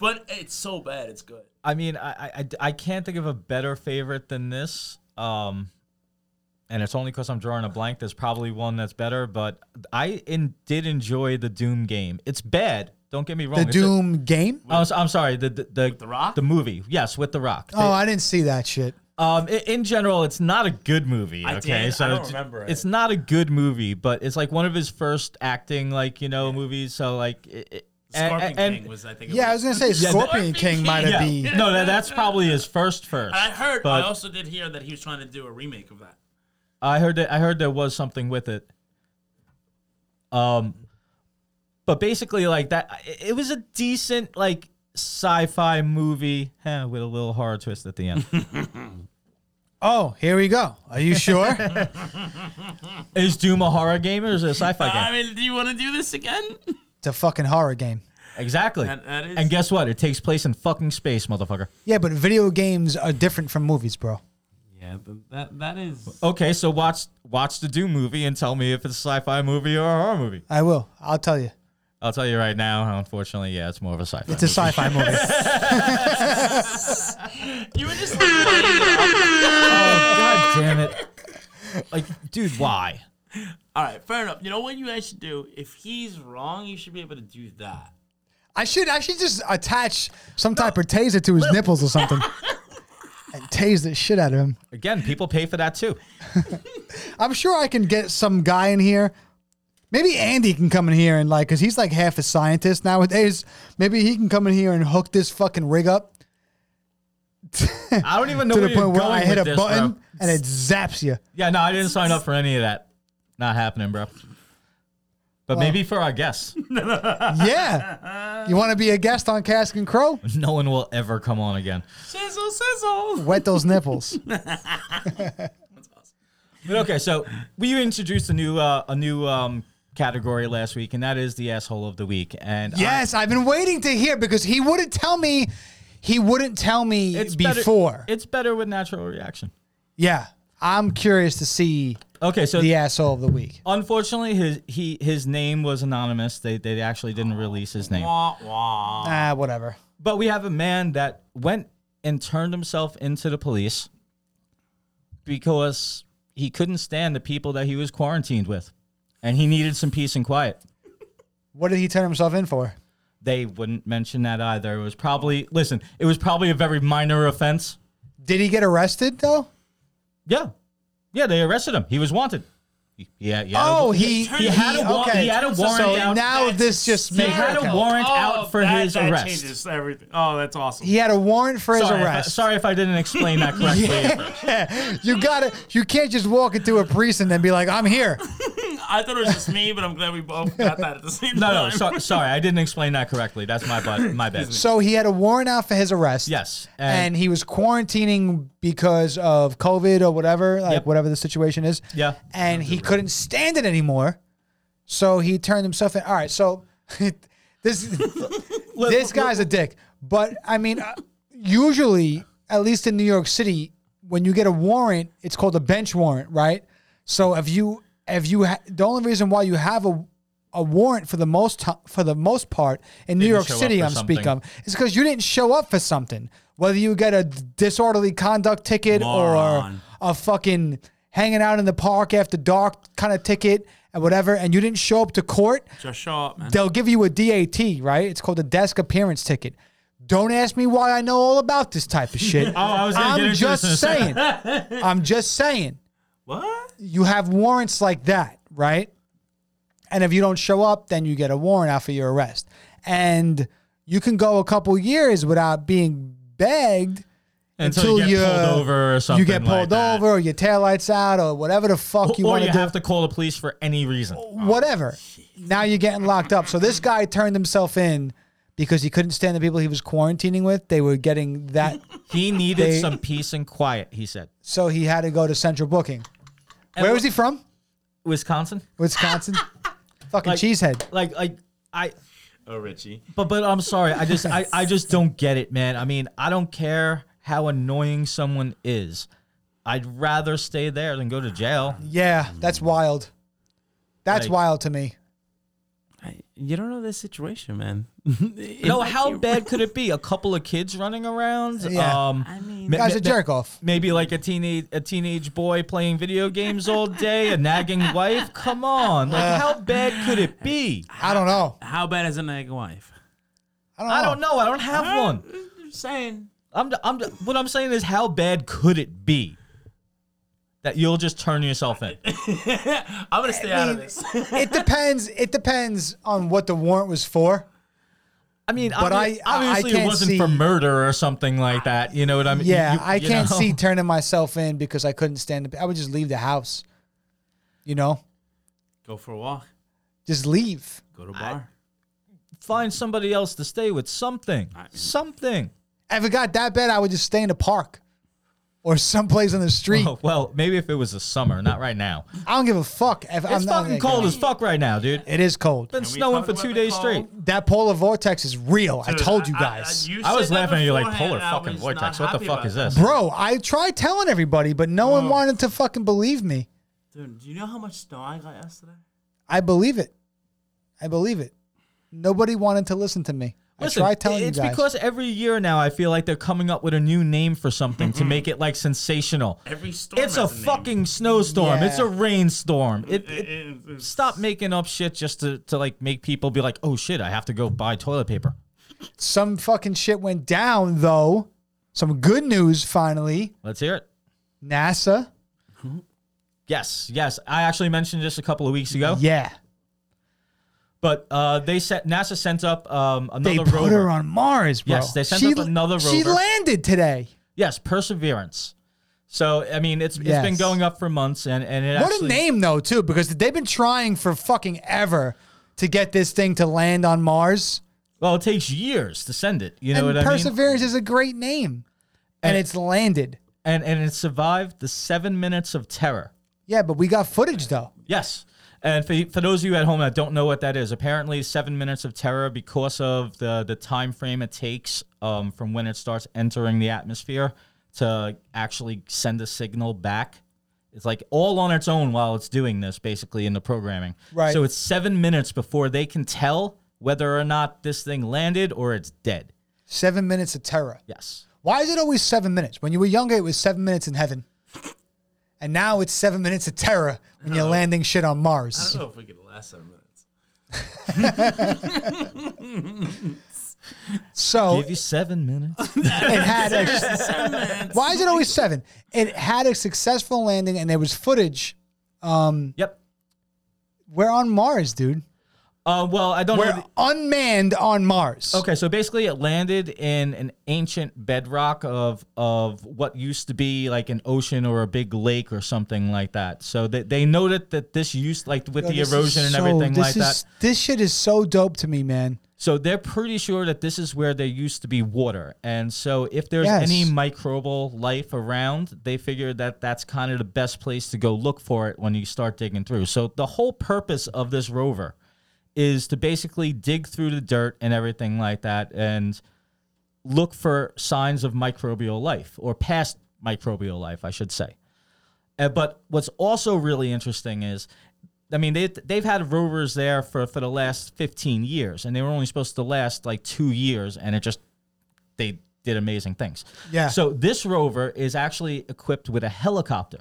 D: But it's so bad, it's good.
B: I mean, I, I- I, I can't think of a better favorite than this. Um, and it's only because I'm drawing a blank. There's probably one that's better, but I in, did enjoy the Doom game. It's bad. Don't get me wrong.
A: the
B: It's a-
A: doom game
B: Oh, so- I'm sorry. The the the,
D: The Rock?
B: the movie. Yes, with the Rock.
A: oh i didn't see that shit
B: Um, in, in general, it's not a good movie.
D: I
B: okay,
D: did.
B: so
D: I don't
B: it's-
D: remember it.
B: It's not a good movie, but it's like one of his first acting, like you know, movies. So like, it, it- and-
D: Scorpion
B: and-
D: King was, I think. it
A: yeah i was gonna say scorpion
D: Scorpion
A: king
D: King,
A: might have
B: yeah.
A: been
B: no, that, that's probably his first first.
D: I heard. I
B: but-
D: also did hear that he was trying to do a remake of that.
B: I heard that I heard there was something with it. Um, but basically, like that, it- it was a decent like sci-fi movie eh, with a little horror twist at the end.
A: oh here we go are you sure
B: is Doom a horror game or is it a sci-fi
D: I
B: game?
D: mean, do you want to do this again?
A: it's a fucking horror game
B: Exactly.
D: That- that is-
B: And guess what? It takes place in fucking space, motherfucker.
A: yeah but video games are different from movies bro
D: Yeah, but that that is.
B: Okay, so watch watch the Doom movie and tell me if it's a sci-fi movie or a horror movie.
A: i will i'll tell you
B: I'll tell you right now, unfortunately, yeah, it's more of a sci-fi.
A: It's a sci-fi movie.
D: You were just.
B: God damn it! Like, dude, why?
D: All right, fair enough. You know what you guys should do? If he's wrong, you should be able to do that.
A: I should I should just attach some type of taser to his nipples or something. And tase the shit out of him.
B: Again, people pay for that too.
A: I'm sure I can get some guy in here. Maybe Andy can come in here and like, cause he's like half a scientist nowadays. Maybe he can come in here and hook this fucking rig up
B: I don't even know
A: to
B: where
A: the
B: you're
A: point
B: going
A: where I hit
B: with
A: a
B: this,
A: button
B: bro.
A: and it zaps you.
B: Yeah, no, I didn't sign up for any of that. Not happening, bro. But maybe for our guests,
A: Yeah. You want to be a guest on Cask and Crow?
B: no one will ever come on again.
D: Sizzle, sizzle.
A: Wet those nipples.
B: But okay, so we introduced a new uh, a new um, category last week, and that is the asshole of the week. And I-
A: Yes, I've been waiting to hear because he wouldn't tell me. He wouldn't tell me
B: better-
A: before.
B: it's better with natural reaction.
A: Yeah. I'm curious to see
B: Okay, so
A: the asshole of the week.
B: unfortunately, his he his name was anonymous. They they actually didn't release his name.
D: Wah, wah.
A: Ah, whatever.
B: But we have a man that went and turned himself into the police because he couldn't stand the people that he was quarantined with, and he needed some peace and quiet.
A: What did he turn himself in for?
B: They wouldn't mention that either. It was probably listen. It was probably a very minor offense.
A: Did he get arrested though?
B: Yeah, yeah. They arrested him. He was wanted. He- Yeah, yeah.
A: Oh, he
D: turned-
B: Uh, he had a warrant.
A: okay.
B: He had a
D: So
B: warrant
A: so
B: out.
A: now
D: That's
A: this just
B: He
A: makes
B: had
A: okay.
B: a warrant
D: Oh,
B: out for
D: that-
B: his
D: that
B: arrest.
D: changes everything. Oh, that's awesome.
A: He had a warrant for his
B: Sorry, if I,
A: arrest.
B: sorry if I didn't explain that correctly.
A: You gotta. You can't just walk into a priest and then be like, "I'm here."
D: I thought it was just me, but I'm glad we both got that at the same time.
B: No, no, so, sorry, I didn't explain that correctly. That's my bad. My bad.
A: So he had a warrant out for his arrest.
B: Yes,
A: And
B: and,
A: he was quarantining because of COVID or whatever, like
B: Yep.
A: whatever the situation is.
B: Yeah.
A: And he couldn't stand it anymore, so he turned himself in. All right, so this this guy's a dick. But I mean, uh, usually, at least in New York City, when you get a warrant, it's called a bench warrant, right? So if you if you ha- the only reason why you have a a warrant for the most ti- for the most part in New York
B: show up
A: City.
B: for
A: I'm speaking of
B: something.
A: is because you didn't show up for something. Whether you get a disorderly conduct ticket
D: Moron.
A: or a fucking hanging out in the park after dark kind of ticket and whatever, and you didn't show up to court,
D: Just show up, man.
A: they'll give you a DAT, right? It's called a desk appearance ticket. Don't ask me why I know all about this type of shit.
B: Oh, I was gonna get
A: I'm
B: into
A: just
B: this in a
A: saying.
B: second.
A: I'm just saying.
D: What?
A: You have warrants like that, right? And if you don't show up, then you get a warrant out for your arrest. And you can go a couple years without being begged
B: Until, you get pulled over or something.
A: you get pulled
B: like that.
A: over or your taillights out or whatever the fuck you
B: or
A: want
B: you
A: to do Oh.
B: have to call the police for any reason.
A: whatever. Now you're getting locked up. So this guy turned himself in because he couldn't stand the people he was quarantining with. They were getting that,
B: He needed
A: They-
B: some peace and quiet. He said,
A: so he had to go to central booking. Where was he from?
B: "Wisconsin,
A: Wisconsin. Fucking
B: Like-
A: cheesehead.
B: like, like I."
D: Oh, Richie.
B: But but I'm sorry. I just I, I just don't get it, man. I mean, I don't care how annoying someone is. I'd rather stay there than go to jail.
A: Yeah, that's wild. That's
B: Like-
A: wild to me.
D: I, you don't know this situation, man.
B: No, how bad could it be? A couple of kids running around.
A: Yeah.
B: Um,
D: I mean,
B: ma-
A: Guy's
B: ma-
A: a jerk off.
B: Maybe like a teenage a teenage boy playing video games all day, a nagging wife. Come on, like how bad could it be?
A: I don't know.
D: how bad is a nag wife?
A: I Oh. don't know.
B: I don't know. I don't have one.
D: I'm saying.
B: I'm, I'm what I'm saying is how bad could it be that you'll just turn yourself in?
D: I'm gonna stay out of this.
A: It depends. It depends on what the warrant was for.
B: I mean,
A: But
B: obvi-
A: I- I- I
B: obviously it
A: can't
B: wasn't
A: see-
B: for murder or something like that. You know what I mean?
A: Yeah,
B: You-
A: I
B: you
A: can't
B: know?
A: see turning myself in because I couldn't stand the. I would just leave the house. You know,
D: Go for a walk.
A: just leave.
D: Go to a bar.
B: Find somebody else to stay with. Something, something.
A: If it got that bad, I would just stay in the park or someplace on the street.
B: Oh, well, maybe if it was the summer, not right now.
A: I don't give a fuck. If I'm
B: It's
A: not
B: fucking cold as fuck right now, dude. It's
A: It is cold.
B: been
D: we
B: snowing
D: talk
B: for
D: about
B: two
D: the
B: days
D: cold?
B: straight.
A: That polar vortex is real. I told you guys.
D: you
B: I was
D: said that
B: laughing at you like
D: beforehand,
B: polar
D: and I
B: fucking
D: was
B: vortex.
D: not
B: What the
D: happy
B: fuck
D: about
B: is
D: that.
B: this?
A: Bro, I tried telling everybody, but no one wanted to fucking believe me.
D: Dude, do you know how much snow I got yesterday?
A: I believe it. I believe it. Nobody wanted to listen to me.
B: Listen,
A: I tried telling
B: it's
A: you guys.
B: because every year now I feel like they're coming up with a new name for something
A: Mm-hmm.
B: to make it like sensational.
D: Every storm.
B: It's a fucking snowstorm. It's
A: Yeah.
B: a rainstorm. It, it, stop making up shit just to, to like make people be like, oh shit, I have to go buy toilet paper.
A: some fucking shit went down though. Some good news finally.
B: Let's hear it.
A: NASA.
B: Yes, yes. I actually mentioned this a couple of weeks ago,
A: Yeah.
B: but uh, they sent NASA sent up um,
A: They
B: another
A: put
B: rover.
A: her on Mars, bro.
B: Yes, they sent
A: she,
B: up another
A: She
B: rover.
A: landed today.
B: Yes, Perseverance. So I mean, it's it's been
A: Yes.
B: going up for months, and and it
A: What
B: actually
A: a name though, too, because they've been trying for fucking ever to get this thing to land on Mars.
B: well, it takes years to send it. You know
A: and
B: what I mean?
A: Perseverance is a great name. And,
B: And-
A: it's landed.
B: And and it survived the seven minutes of terror.
A: Yeah, but we got footage though.
B: Yes. And for, for those of you at home that don't know what that is, apparently seven minutes of terror because of the, the time frame it takes um, from when it starts entering the atmosphere to actually send a signal back. It's like all on its own while it's doing this, basically, in the programming.
A: Right.
B: So it's seven minutes before they can tell whether or not this thing landed or it's dead.
A: Seven minutes of terror.
B: Yes.
A: Why is it always seven minutes? When you were younger, it was seven minutes in heaven. And now it's seven minutes of terror when
B: Oh.
A: you're landing shit on
D: I
A: Mars.
D: don't know Oh, if we could last seven minutes.
A: So
B: Give you seven minutes.
A: it had a, why is it always seven? It had a successful landing and there was footage.
B: yep.
A: We're on Mars, dude.
B: Uh, well, I don't know.
A: We're
B: the-
A: unmanned on Mars.
B: Okay, so basically, it landed in an ancient bedrock of of what used to be like an ocean or a big lake or something like that. So they they noted that this used like with
A: Yo,
B: the
A: this is
B: erosion and
A: so-
B: everything
A: this
B: like
A: is-
B: that.
A: This shit is so dope to me, man.
B: So they're pretty sure that this is where there used to be water, and so if there's
A: Yes.
B: any microbial life around, they figured that that's kind of the best place to go look for it when you start digging through. So the whole purpose of this rover is to basically dig through the dirt and everything like that, and look for signs of microbial life or past microbial life, I should say. Uh, but what's also really interesting is I mean, they they've had rovers there for for the last 15 years, and they were only supposed to last like two years, and it just they did amazing things.
A: Yeah.
B: So this rover is actually equipped with a helicopter.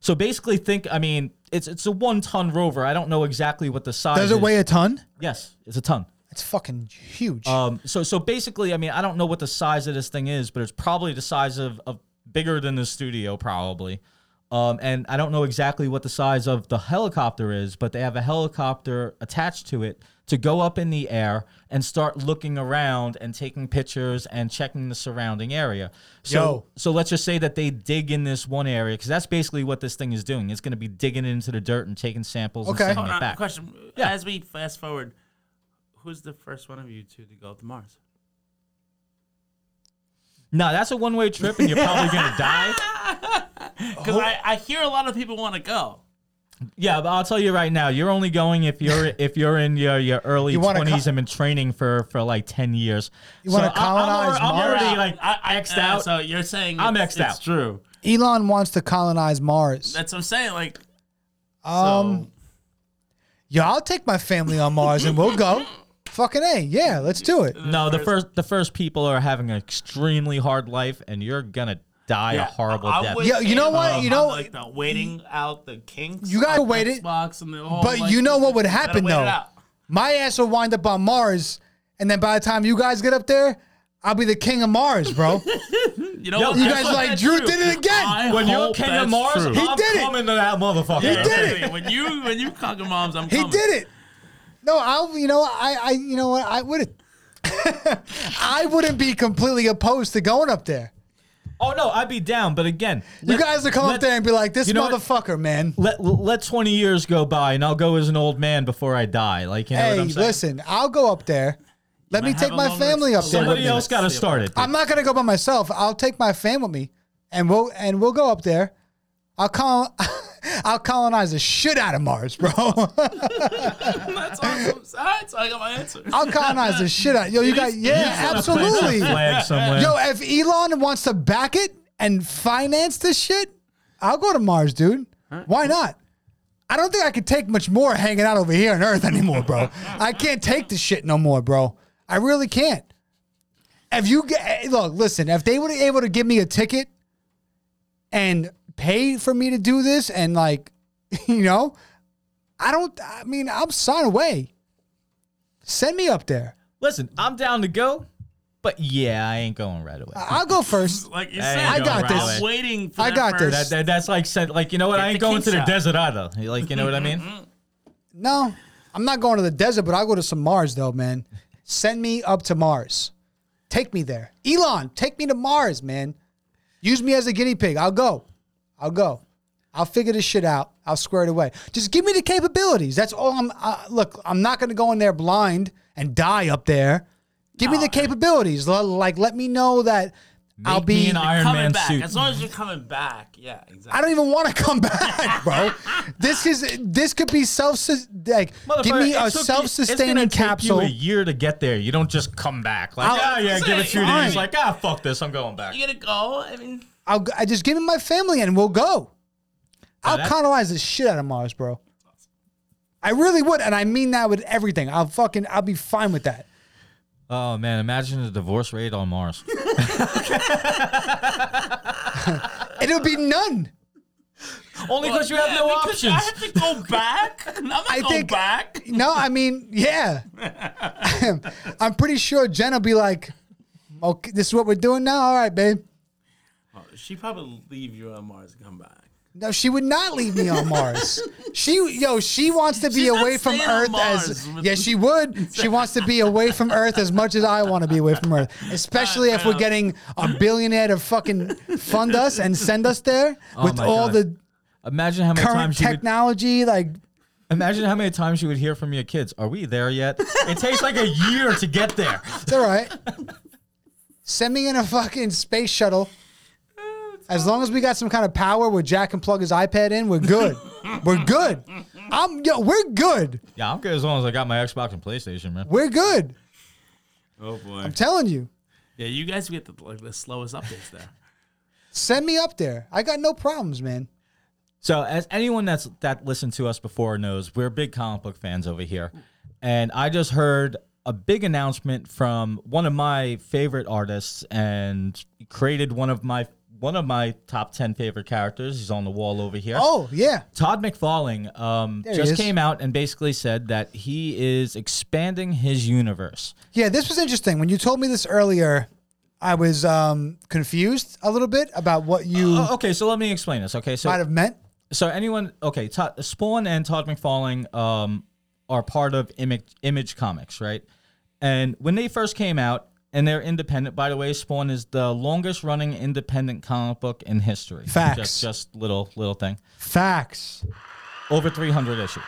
B: So basically, think I mean it's it's a one ton rover. I don't know exactly what the size.
A: Does it
B: is.
A: weigh a ton?
B: Yes, it's a ton.
A: It's fucking huge.
B: Um, so so basically, I mean, I don't know what the size of this thing is, but it's probably the size of, of bigger than the studio, probably. Um, and I don't know exactly what the size of the helicopter is, but they have a helicopter attached to it to go up in the air and start looking around and taking pictures and checking the surrounding area. So
A: Yo.
B: so let's just say that they dig in this one area because that's basically what this thing is doing. It's going to be digging into the dirt and taking samples
A: Okay.
B: and sending
D: Hold
B: it
D: on,
B: back.
D: question.
B: Yeah.
D: As we fast forward, who's the first one of you two to go up to Mars?
B: No, that's a one way trip, and you're probably going to die.
D: Because I, I hear a lot of people want to go.
B: Yeah, but I'll tell you right now, you're only going if you're if you're in your, your early
A: You wanna
B: twenties and been training for for like ten years.
A: You wanna
B: I- I'm al-
A: colonize
B: I'm,
A: Mars?
B: already like
D: I,
B: X'd out.
D: Uh, So you're saying
B: I'm
D: it's-
B: X'd out.
D: It's true.
A: Elon wants to colonize Mars.
D: That's what I'm saying. Like,
A: um,
D: so
A: yo, I'll take my family on Mars and we'll go. Fucking a, yeah, let's do it.
B: no, the first the first people are having an extremely hard life, and you're gonna die a
D: yeah,
B: horrible
D: I- I
B: death.
D: would
A: Yeah, you know
D: say,
A: what?
D: um,
A: You know-
D: like the waiting out the kinks.
A: You gotta
D: on
A: wait it-
D: Xbox and the whole,
A: But
D: like,
A: you know what would
D: gotta
A: happen
D: wait it
A: though?
D: out.
A: My ass will wind up on Mars, and then by the time you guys get up there, I'll be the king of Mars, bro.
D: You know,
B: Yo,
D: what?
B: you
D: I
A: guys
D: hope
A: like,
D: that's
A: "Drew
D: true.
A: did it again!"
D: I
B: when you're
D: hope
B: king of
D: that's
B: Mars,
D: true.
A: He
B: I'm
A: did it.
B: coming to that motherfucker.
A: He did it.
D: When you when you conquer moms, I'm
A: He
D: coming.
A: did it. No, I'll. You know, I. I. You know what? I would. I wouldn't be completely opposed to going up there.
B: Oh no, I'd be down. But again,
A: You guys would come up
B: let-
A: there and be like, "This
B: you know what?
A: motherfucker, man."
B: let let twenty years go by, and I'll go as an old man before I die. Like you know
A: Hey,
B: what I'm saying.
A: listen, I'll go up there. Let me
D: might
A: take
D: have a
A: my
D: long
A: family up
D: list.
A: there.
B: Somebody
A: with me.
B: else got to start it.
A: I'm not gonna go by myself. I'll take my fam with me, and we'll and we'll go up there. I'll call. I'll colonize the shit out of Mars, bro.
D: That's awesome. That's I got my answer.
A: I'll colonize the shit out. Yo, you got yeah, absolutely.
B: Flag somewhere.
A: Yo, if Elon wants to back it and finance this shit, I'll go to Mars, dude. Why not? I don't think I could take much more hanging out over here on Earth anymore, bro. I can't take this shit no more, bro. I really can't. If you get, eh, look, listen, if they were able to give me a ticket and pay for me to do this and like, you know, I don't, I mean, I'm signed away. Send me up there.
B: Listen, I'm down to go, but yeah, I ain't going right away.
A: I'll go first.
D: Like you
B: There
D: said,
B: you
A: I go, got Riley. this.
D: I'm waiting for
A: I
D: that
A: got
D: first-
A: this.
B: That, that- that's like said, like you know what? I
D: the
B: ain't going to the
D: kinks out. Mm-hmm.
B: desert either. Like you know what I mean?
A: No, I'm not going to the desert, but I'll go to some Mars though, man. Send me up to Mars. Take me there. Elon, take me to Mars, man. Use me as a guinea pig. I'll go. I'll go. I'll figure this shit out. I'll square it away. Just give me the capabilities. That's all I'm. Uh, look, I'm not going to go in there blind and die up there. Give me the capabilities. L- Like, let me know that I'll
B: Make me
A: be
B: an Iron
D: coming
B: Man
D: back.
B: suit.
D: As long as you're coming back, yeah, exactly.
A: I don't even want to come back, bro. this is this could be self like give me
B: Motherfucker,
A: a
B: it took you-
A: self-sustaining
B: it's gonna
A: capsule.
B: Take you a year to get there. You don't just come back. Like
A: I'll-
B: ah, yeah, give it two
D: Fine.
B: days. Like ah, fuck this, I'm going back.
D: You gonna go? I mean,
A: I'll I just give him my family and we'll go. I'll
B: that-
A: colonize the shit out of Mars, bro. I really would, and I mean that with everything. I'll fucking I'll be fine with that.
B: Oh man, imagine the divorce rate on Mars.
A: It'll be none.
B: Only because you have
D: yeah,
B: no
D: because
B: options.
D: I have to go back. I'm not
A: I
D: going
A: think-
D: back.
A: No, I mean, yeah. I'm pretty sure Jen'll be like, okay, this is what we're doing now. All right, babe.
D: she probably leave you on Mars and come back.
A: No, she would not leave me on Mars. She yo, she wants to be
D: She's not
A: away from
D: staying on
A: Earth as
D: Mars with-
A: yeah, she would. She wants to be away from Earth as much as I want to be away from Earth, especially if we're getting a billionaire to fucking fund us and send us there with
B: Oh my
A: all
B: God.
A: the
B: imagine how many
A: current
B: times you would,
A: technology. Like
B: imagine how many times you would hear from your kids. Are we there yet? it takes like a year to get there.
A: it's all right. Send me in a fucking space shuttle. As long as we got some kind of power where Jack can plug his iPad in, we're good. We're good. I'm yo, we're good.
B: Yeah, I'm good as long as I got my Xbox and PlayStation, man.
A: We're good.
D: Oh boy.
A: I'm telling you.
D: Yeah, you guys get the like the slowest updates there.
A: Send me up there. I got no problems, man.
B: So, as anyone that's that listened to us before knows, we're big comic book fans over here, and I just heard a big announcement from one of my favorite artists and created one of my one of my top ten favorite characters. He's on the wall over here.
A: Oh yeah,
B: Todd McFarlane um,
A: he
B: just
A: is.
B: came out and basically said that he is expanding his universe.
A: yeah. This was interesting. When you told me this earlier, I was um, confused a little bit about what you
B: Oh, okay, so let me explain this. Okay, so
A: might have meant.
B: so anyone okay Todd, spawn and todd mcfarlane um, are part of image, image comics right and when they first came out and they're independent by the way spawn is the longest running independent comic book in history
A: Facts.
B: just, just little little thing
A: Facts.
B: over 300 issues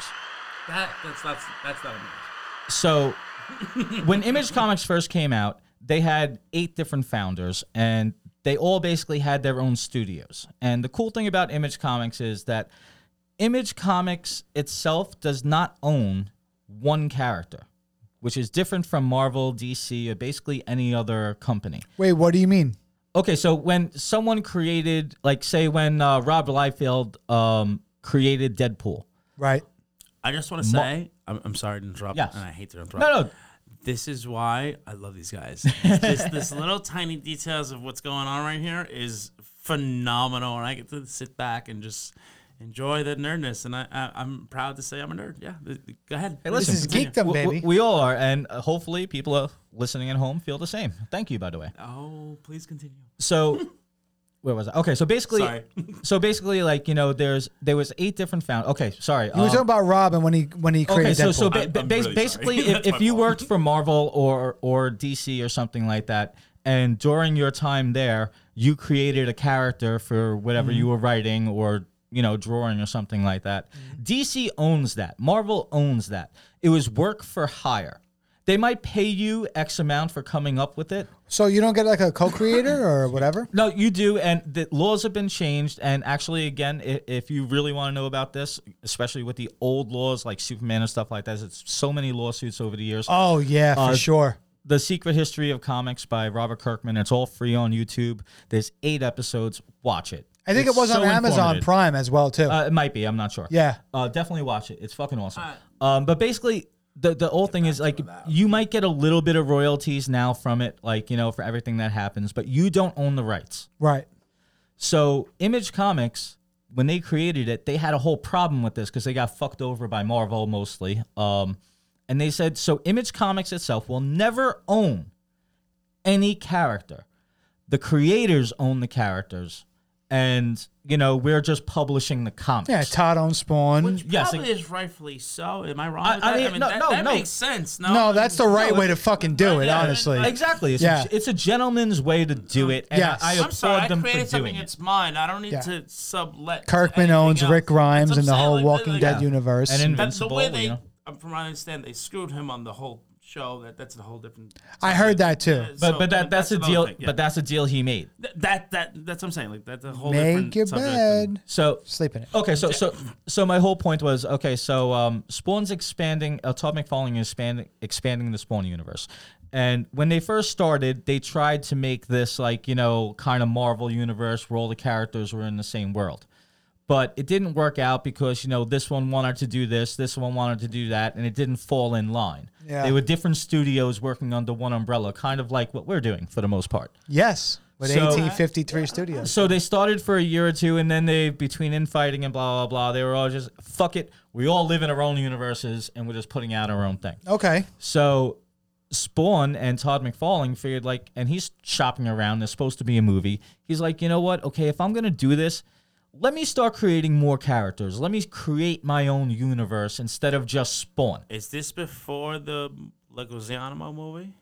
D: That that's that's that's not enough.
B: so when image comics first came out they had eight different founders and they all basically had their own studios and the cool thing about image comics is that image comics itself does not own one character which is different from marvel dc or basically any other company
A: Wait, what do you mean?
B: Okay, so when someone created, like, say, when uh, Rob Liefeld um, created Deadpool.
A: Right.
D: I just want to say, I'm, I'm sorry to interrupt,
B: Yes.
D: and I hate to interrupt.
B: No, no,
D: This is why I love these guys. It's just this little tiny details of what's going on right here is phenomenal, and I get to sit back and just enjoy the nerdness. And I, I I'm proud to say I'm a nerd. Yeah, th- th- go ahead.
B: Hey, listen.
A: This is
D: Continue.
A: geekdom,
B: w-
A: baby.
B: w- we all are, and uh, hopefully, people are listening at home feel the same. Thank you, by the way.
D: Oh, please continue.
B: So, where was I? Okay, so basically,
D: Sorry.
B: so basically, like you know, there's there was eight different found. Okay, sorry.
A: You were
B: um,
A: talking about Robin when he when he created
B: okay, so
A: Deadpool.
B: so ba-
D: I'm-
B: ba-
D: I'm
B: bas-
D: really sorry.
B: basically, if,
D: That's
B: if
D: my
B: you
D: fault.
B: worked for Marvel or or DC or something like that, and during your time there, you created a character for whatever you were writing or you know drawing or something like that. DC owns that. Marvel owns that. It was work for hire. They might pay you X amount for coming up with it,
A: So you don't get like a co-creator or whatever.
B: no, you do, and the laws have been changed. And actually, again, if, if you really want to know about this, especially with the old laws like Superman and stuff like that, it's so many lawsuits over the years.
A: Oh yeah, for sure.
B: the Secret History of Comics by Robert Kirkman. It's all free on YouTube. There's eight episodes. Watch it.
A: I think
B: It's
A: it was
B: so
A: on Amazon
B: informative.
A: Prime as well too.
B: Uh, it might be. I'm not sure.
A: Yeah.
B: Uh, definitely watch it. It's fucking awesome. Um, but basically, the the whole thing is like you might get a little bit of royalties now from it, like you know, for everything that happens, but you don't own the rights.
A: right.
B: So Image Comics, when they created it, they had a whole problem with this because they got fucked over by Marvel mostly. Um, and they said so Image Comics itself will never own any character. The creators own the characters, and you know we're just publishing the comics.
A: Yeah, Todd on Spawn.
D: Which
B: Yes,
D: probably is rightfully so. Am I wrong?
B: I-
D: with
B: I
D: that?
B: mean, no,
D: that,
B: no,
D: that
B: no.
D: makes sense. Oh. No,
A: no, that's the right way to fucking do it.
D: yeah,
A: Honestly.
D: I-
B: exactly. It's,
A: Yeah.
B: a, it's a gentleman's way to do it, and
A: Yes.
B: I, I
A: I'm
B: applaud
D: I'm sorry. I
B: them for
D: created something.
B: doing it.
D: It's mine. I don't need
A: Yeah.
D: to sublet. to
A: Kirkman
D: anything
A: owns
D: else.
A: Rick Grimes
D: That's
A: and the
D: what I'm
A: whole
D: saying, like,
A: Walking
D: like,
A: Dead
D: yeah.
A: universe.
B: And
D: That's the
B: invincible.
D: way they.
B: you know?
D: I'm From what I understand, they screwed him on the whole show. That that's a whole different. uh,
A: I heard that too.
B: But but that that's, a
D: another
B: deal.
D: thing, yeah.
B: But that's a deal he made.
D: Th- that that that's what I'm saying. Like that's a whole
A: Make
D: different
A: your
D: subject.
A: bed.
B: So
A: Sleep in it.
B: Okay, so so so my whole point was okay. So um, Spawn's expanding. Uh, Todd McFarlane is expanding expanding the Spawn universe. And when they first started, they tried to make this like you know kind of Marvel universe where all the characters were in the same world, but it didn't work out because you know this one wanted to do this, this one wanted to do that, and it didn't fall in line.
A: Yeah.
B: They were different studios working under one umbrella, kind of like what we're doing for the most part.
A: Yes, with
B: So-
A: eighteen fifty three Studios.
B: So they started for a year or two, and then they, between infighting and blah blah blah, they were all just fuck it. We all live in our own universes, and we're just putting out our own thing.
A: Okay.
B: So Spawn and Todd McFarlane figured like, and he's shopping around. There's supposed to be a movie. He's like, you know what? Okay, if I'm gonna do this, let me start creating more characters. Let me create my own universe instead of just Spawn.
D: Is this before the Leguizamo movie?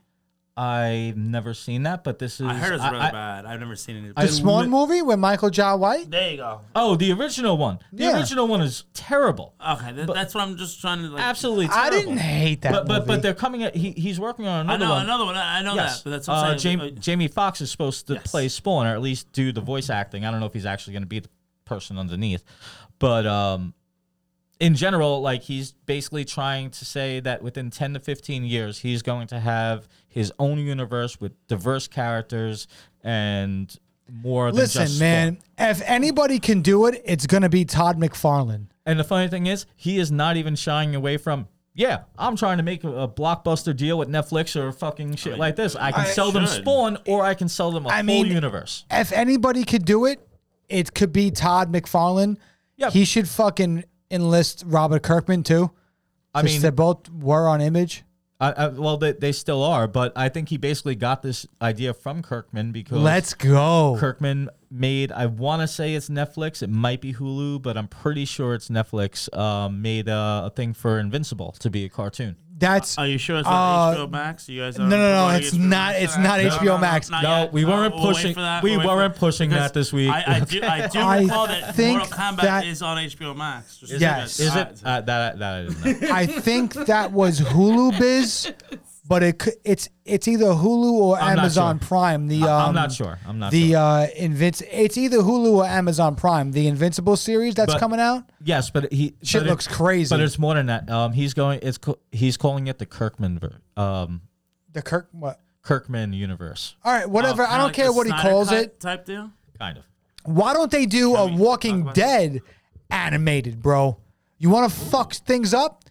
B: I've never seen that, but this is.
D: I heard it's
B: I-
D: really
B: I-
D: bad. I've never seen it.
A: The Spawn movie with Michael J. White.
D: there you go.
B: oh, the original one. The
A: Yeah.
B: original one is terrible.
D: Okay, th- that's what I'm just trying to like.
B: Absolutely
A: I
B: terrible.
A: didn't hate that
B: but, but
A: movie.
B: but they're coming. At, he, he's working on
D: I
B: another
D: know
B: one.
D: another one. I I know
B: Yes,
D: that, but that's what I'm
B: uh,
D: saying.
B: Jamie, Jamie Fox is supposed to play Spawn, or at least do the voice acting. I don't know if he's actually going to be the person underneath, but um, in general, like he's basically trying to say that within ten to fifteen years, he's going to have his own universe with diverse characters and more than
A: Listen,
B: just
A: man, if anybody can do it, it's going to be Todd McFarlane.
B: And the funny thing is, he is not even shying away from. Yeah, I'm trying to make a a blockbuster deal with Netflix or fucking shit like this. I can sell them
D: should.
B: Spawn, or I can sell them a
A: I
B: whole
A: mean-
B: universe.
A: If anybody could do it, it could be Todd McFarlane.
B: Yeah.
A: He should fucking enlist Robert Kirkman too.
B: I
A: since
B: mean,
A: they both were on image.
B: I, I, well, they, they still are, but I think he basically got this idea from Kirkman because
A: Let's go.
B: Kirkman made. I want to say it's Netflix. It might be Hulu, but I'm pretty sure it's Netflix. Um, made a, a thing for Invincible to be a cartoon.
A: That's
D: Are you sure it's not
A: Uh,
D: HBO Max? You guys
A: no, no, no, it's not- it's not
D: No,
A: HBO
D: no, no,
A: Max.
D: not
B: No,
D: yet.
B: we weren't
D: we'll wait
B: pushing-
D: for that.
B: we
D: We'll wait for-
B: weren't pushing
D: because
B: that this week.
D: I, I do. I do
A: I
D: recall that
A: think
D: Mortal Kombat
A: that-
D: is on HBO Max. Is
A: Yes.
B: Is it uh, that? That I didn't know.
A: I think that was Hulu Biz, but it cou- it's it's either Hulu or
B: I'm not
A: Amazon
B: sure.
A: Prime. The um,
B: I'm not sure. I'm not
A: The
B: sure.
A: uh, Invinci- it's either Hulu or Amazon Prime. The Invincible series that's
B: But-
A: coming out.
B: Yes, but he
A: Shit
B: but
A: looks crazy.
B: But it's more than that. Um, he's going. It's co- he's calling it the Kirkman ver- um
A: The Kirk what?
B: Kirkman universe,
A: All right, whatever. I don't care what he calls it.
D: Type deal.
B: kind of.
A: Why don't they do a
D: we talk
A: Walking
D: about
A: Dead animated, bro? You want to fuck things up?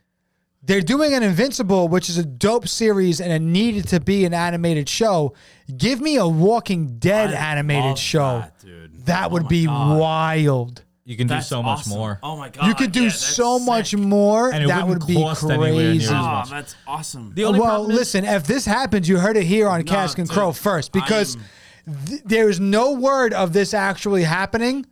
A: They're doing an Invincible, which is a dope series, and it needed to be an animated show. Give me a Walking Dead animated
D: love
A: show.
D: that, dude.
A: That would be wild.
B: You can
D: That's
B: do so much
D: awesome.
B: more.
D: Oh my god.
A: you could do
D: yeah, that's
A: so
D: sick.
A: much more.
B: And it
A: that
B: wouldn't
A: would be
B: cost anywhere near
A: crazy.
B: as
D: Oh,
B: much.
D: that's awesome.
B: The only
A: Oh, well,
B: problem is-
A: listen, if this happens, you heard it here on
D: No,
A: Cask and
D: dude,
A: Crow first because
D: I'm-
A: th- there is no word of this actually happening.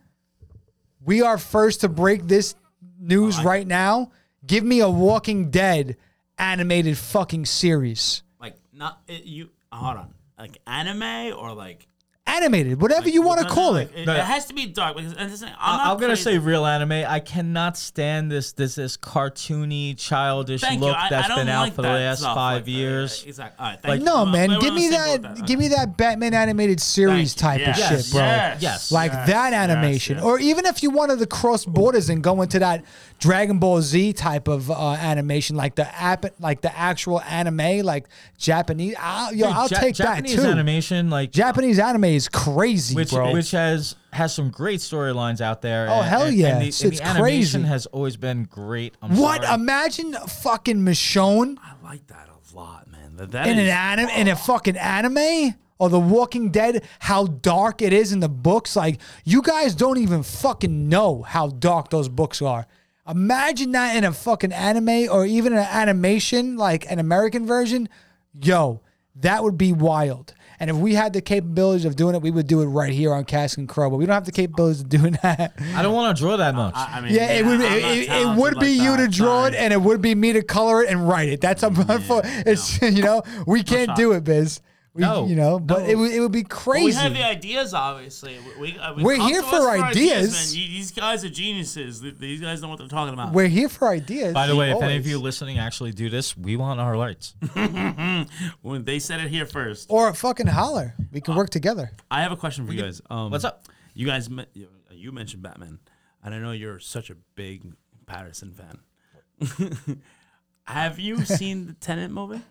A: We are first to break this news right now. Give me a Walking Dead animated fucking series.
D: like not it, you. Hold on. Like anime or like
A: Animated, whatever you want to
D: No, no,
A: call
D: like,
A: it.
D: It,
B: No,
D: it
B: no.
D: has to be dark because and this thing, I'm,
B: I-
D: not
B: I'm gonna
D: crazy.
B: say real anime. I cannot stand this this this cartoony, childish
D: Thank
B: look
D: you. I,
B: that's
D: I don't
B: been out
D: like
B: for the
D: that
B: last
D: stuff
B: five
D: like that.
B: years.
D: Yeah, exactly. All right, thank you.
A: no,
D: I'm-
A: man,
D: I'm
A: give
D: on
A: me
D: the same boat with
A: that. Give me that Batman animated series
D: Thank
A: type
D: you.
A: of
D: Yes,
A: shit, bro.
D: Yes.
B: Yes.
A: like
D: yes,
A: that
D: yes,
A: animation,
D: yes.
A: or even if you wanted to cross borders and go into that Dragon Ball Z type of uh, animation, like the app, like the actual anime, like Japanese. I'll, yo,
B: Dude,
A: I'll
B: Ja-
A: take
B: Japanese
A: that too.
B: animation, like
A: Japanese anime is crazy,
B: which
A: bro.
B: which has has some great storylines out there.
A: Oh, hell yeah.
B: And the,
A: It's-
B: and
A: it's
B: the animation
A: crazy.
B: has always been great. I'm
A: what?
B: sorry.
A: Imagine fucking Michonne
D: I like that a lot, man. That, that
A: in an
D: is-
A: anime, in a fucking anime. Or The Walking Dead, how dark it is in the books. Like, you guys don't even fucking know how dark those books are. Imagine that in a fucking anime or even an animation, like an American version. Yo, that would be wild. And if we had the capabilities of doing it, we would do it right here on Cask and Crow, but we don't have the capabilities of doing that.
B: I don't want to draw that much.
D: I mean,
A: Yeah, it would
D: I'm
A: it,
D: not
A: it, it
D: talented
A: would be
D: like
A: you to
D: that,
A: draw
D: sorry.
A: it, and it would be me to color it and write it. That's a for it's you know we can't do it, Biz. We,
B: No,
A: you know, but
B: no.
A: it would it would be
D: We
A: crazy.
D: have the ideas, obviously. We, we, uh, we
A: We're
D: come
A: here
D: to
A: for
D: us
A: ideas.
D: man. You- These guys are geniuses. Th- These guys know what they're talking about.
A: We're here for ideas.
B: By the way, if any
A: always.
B: of you listening actually do this, we want our rights.
D: When they said it here first.
A: or fucking holler, we can work together.
D: I have a question for you guys. Um,
B: What's up?
D: You guys, me- you you mentioned Batman, and I know you're such a big Patterson fan. have you seen the Tenant movie?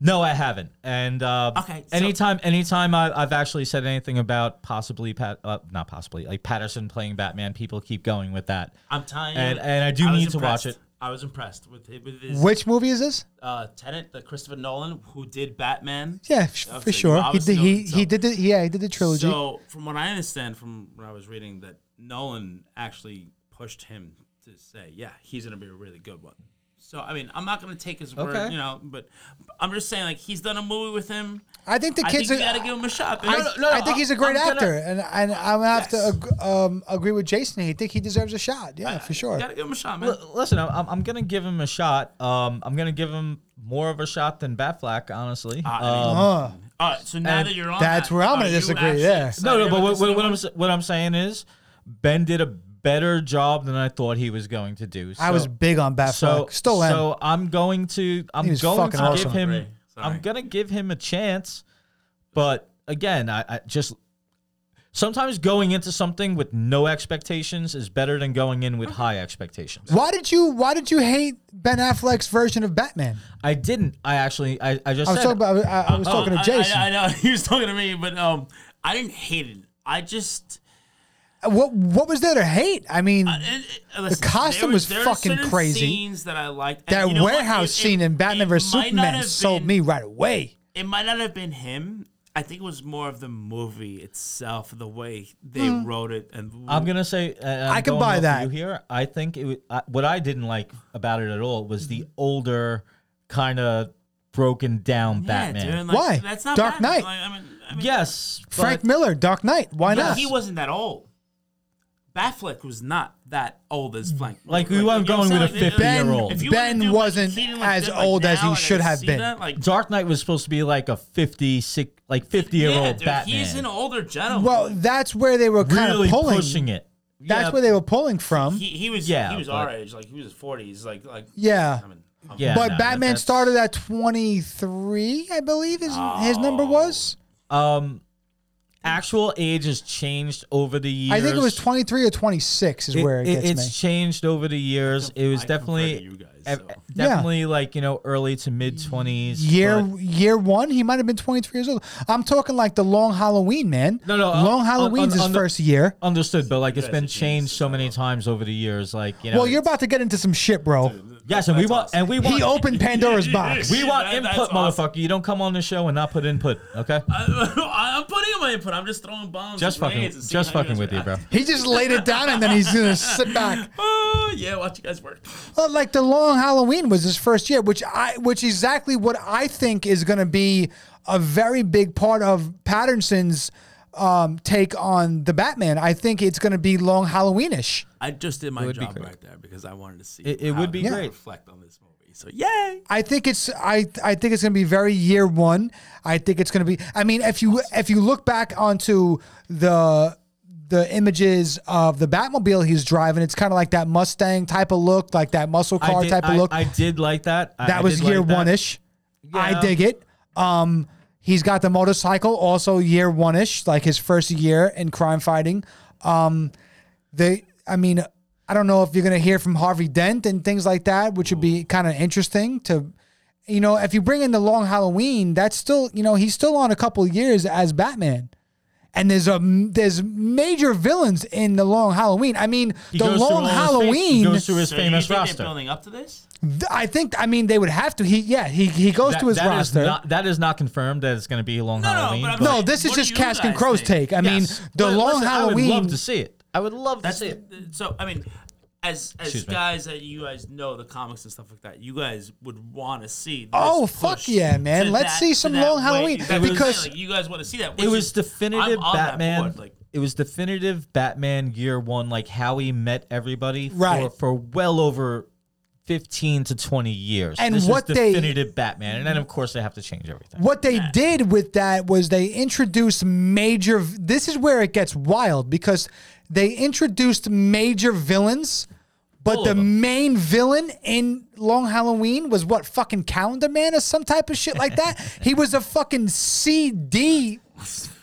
B: No, I haven't. And uh,
D: Okay, so-
B: anytime, anytime I, I've actually said anything about possibly Pat, uh, not possibly, like Patterson playing Batman, people keep going with that.
D: I'm telling you,
B: And- and I do
D: was
B: need to watch
D: impressed. I was impressed with it- with his
A: Which movie is this?
D: uh, Tenant, the Christopher Nolan who did Batman.
A: Yeah, f- for
D: Obviously,
A: sure.
D: you
A: He
D: obviously
A: did, he,
D: know it,
A: he
D: so-
A: did the yeah he did the trilogy.
D: So, from what I understand, from what I was reading, that Nolan actually pushed him to say, "Yeah, he's gonna be a really good one." So, I mean, I'm not gonna take his word,
B: Okay.
D: you know, but I'm just saying, like, he's done a movie with him.
A: I think the
D: I
A: kids
D: think you
A: are.
D: gotta give him a shot.
A: I,
D: No, no,
A: I think he's a great
B: I'm gonna-
A: actor, and and I'm gonna have
D: Yes.
A: to ag- um, agree with Jason. I think he deserves a shot. Yeah, for sure.
D: You gotta give him a shot, man.
B: L- listen, I'm, I'm going to give him a shot. Um, I'm going to give him more of a shot than Batflack, honestly. Um,
A: Uh,
D: All right, so now that you're on,
A: that's
D: that,
A: where I'm
D: are
A: gonna
D: you
A: disagree,
D: actually
A: yeah.
D: excited
B: No, no, but
D: about
B: what,
D: this
B: what,
D: new
B: what
D: one?
B: I'm s- what I'm saying is Ben did a better job than I thought he was going to do. So,
A: I was big on Batfleck.
B: so
A: Still am.
B: So I'm going to I'm
A: was
B: going
A: fucking
B: to
A: awesome.
B: give him
D: Agree. Sorry.
B: I'm gonna give him a chance, but again, I, I just sometimes going into something with no expectations is better than going in with high expectations.
A: Why did you Why did you hate Ben Affleck's version of Batman?
B: I didn't. I actually I, I just
A: I was
B: said
A: talking about. I, I was
D: Oh,
A: talking to
D: I-
A: Jason.
D: I, I know he was talking to me, but um, I didn't hate it. I just
A: What what was there to hate? I mean,
D: and, and listen,
A: costume
D: there
A: was
D: there are
A: fucking
D: certain
A: crazy.
D: Scenes that I liked. And
A: that
D: you know what?
A: warehouse
D: It-
A: scene
D: it-
A: in Batman
D: it
A: vs
D: might not
A: Superman
D: have
A: sold
D: been-
A: me right away.
D: It might not have been him. I think it was more of the movie itself, the way they
A: Hmm.
D: wrote it, and
B: I'm gonna say uh, I'm
A: I can
B: going
A: buy
B: off of
A: that.
B: You here, I think it. wa- I, what I didn't like about it at all was the older, kind of broken down
D: yeah,
B: Batman.
D: dude, like,
A: Why?
D: That's not
A: Dark
D: Batman.
A: Knight.
D: Like, I mean, I mean,
B: Yes,
A: Frank
B: but-
A: Miller, Dark Knight. Why
D: but
A: not?
D: he wasn't that old. Batfleck was not that old as Frank.
B: Like, we weren't
D: you know what
B: going
D: I'm
B: with a
D: saying? Like, it- it-
B: 50-year-old.
D: if you wanna
A: Ben
D: do, like,
A: wasn't
D: Keaton
A: as
D: Lipton,
A: old
D: like,
A: as he
D: now, and
A: should
D: I
A: have
D: see
A: been.
D: that, like,
B: Dark Knight was supposed to be like a 50, six, like 50 year
D: yeah,
B: old
D: dude,
B: Batman.
D: he's an older gentleman.
A: well, that's where they were kind
B: really
A: of pulling.
B: pushing it.
A: That's
B: yeah,
A: where they were pulling from.
D: he, he was
B: Yeah,
D: he was
B: but-
D: our age, like he was his forties, like like
A: yeah.
D: I mean,
B: yeah,
A: but
B: no,
A: Batman
B: that's-
A: started at 23, I believe his, his number
D: Oh,
A: was.
B: Um, actual age has changed over the years.
A: I think it was 23 or 26 is
B: It-
A: where it,
B: it-
A: gets
B: it's
A: me.
B: changed over the years. It was
D: I prefer
B: definitely
D: to you guys,
B: ev-
D: so.
B: definitely like you know early to mid twenties.
A: Year year one, he might have been 23 years old. I'm talking like the Long Halloween, man.
B: No, no,
A: Long
B: on-
A: Halloween's
B: on-
A: his
B: on the-
A: first year.
B: understood, but like it's
D: guys
B: been
D: are geniuses,
B: changed so
D: I
B: many
D: love it.
B: times over the years. Like you know,
A: Well, you're about to get into some shit, bro.
B: yes, and we
D: That's
B: want
D: awesome.
B: and we want
A: He opened Pandora's box.
B: we want
D: That-
B: input,
D: that's awesome.
B: motherfucker. You don't come on the show and not put input, okay?
D: I, I'm putting in my input. I'm just throwing bombs.
B: Just
D: and grenades
B: fucking,
D: and seeing
B: just
D: how
B: fucking
D: guys
B: with you, bro.
D: react.
A: He just laid it down and then he's gonna sit back.
D: Oh yeah, watch you guys work.
A: Well, like the Long Halloween was his first year, which I which exactly what I think is gonna be a very big part of Patterson's um, take on the Batman. I think it's gonna be Long Halloweenish.
D: I just did my
B: would be
D: job
B: great.
D: right there because I wanted to see.
B: It- it
D: how
B: would be
D: they
B: great.
D: Reflect on this movie. So yay!
A: I think it's I I think it's gonna be very year one. I think it's gonna be. I mean, if you if you look back onto the the images of the Batmobile he's driving, it's kind of like that Mustang type of look, like that muscle
B: I
A: car
B: did,
A: type of
B: I,
A: look.
B: I did like that. I-
A: that
B: I
A: was
B: did like
A: year
B: that.
A: one ish. I
B: Yeah.
A: dig it. Um, he's got the motorcycle, also year one ish, like his first year in crime fighting. Um, they, I mean, I don't know if you're gonna hear from Harvey Dent and things like that, which would be kind of interesting to, you know, if you bring in the Long Halloween, that's still, you know, he's still on a couple of years as Batman. And there's a there's major villains in the Long Halloween. I mean,
B: He
A: the
B: goes through
A: Long
B: all his fam-
A: Halloween.
B: he goes through his
D: So
B: famous
D: you think
B: roster.
D: They're building up to this.
A: Th- I think I mean they would have to. He yeah he he goes
B: That-
A: to his
B: that is
A: roster.
B: not- that is not confirmed that it's going to be Long
D: no,
B: Halloween.
D: but I'm
A: no,
D: Like,
A: this is
D: what do
A: just
D: you
A: Cask and
D: guys
A: Crow's
D: think?
A: take. I mean
B: Yes.
A: the
B: Well,
A: Long
B: listen,
A: Halloween.
B: I would love to see it. I would love to
D: That's
B: see it.
D: it. So I mean, as as
B: Excuse me.
D: guys that you guys know the comics and stuff like that, you guys would want to see. This
A: Oh, fuck
D: push
A: yeah, man.
D: to
A: Let's
D: that-
A: see
D: to
A: some
D: that
A: Long
D: way.
A: Halloween,
D: That's what I'm saying,
A: because-
D: like, you guys want to see that. which
B: It
D: is-
B: was definitive
D: I'm on that
B: Batman.
D: board, like
B: it was definitive Batman year one, like how he met everybody for,
A: Right.
B: for well over fifteen to twenty years.
A: And
B: this
A: what
B: is
A: they-
B: definitive Batman, and then of course they have to change everything.
A: What they did with that was they introduced major. This is where it gets wild because they introduced major villains, but
B: All
A: the
B: of them.
A: main villain in Long Halloween was what fucking Calendar Man or some type of shit like that. he was a fucking CD.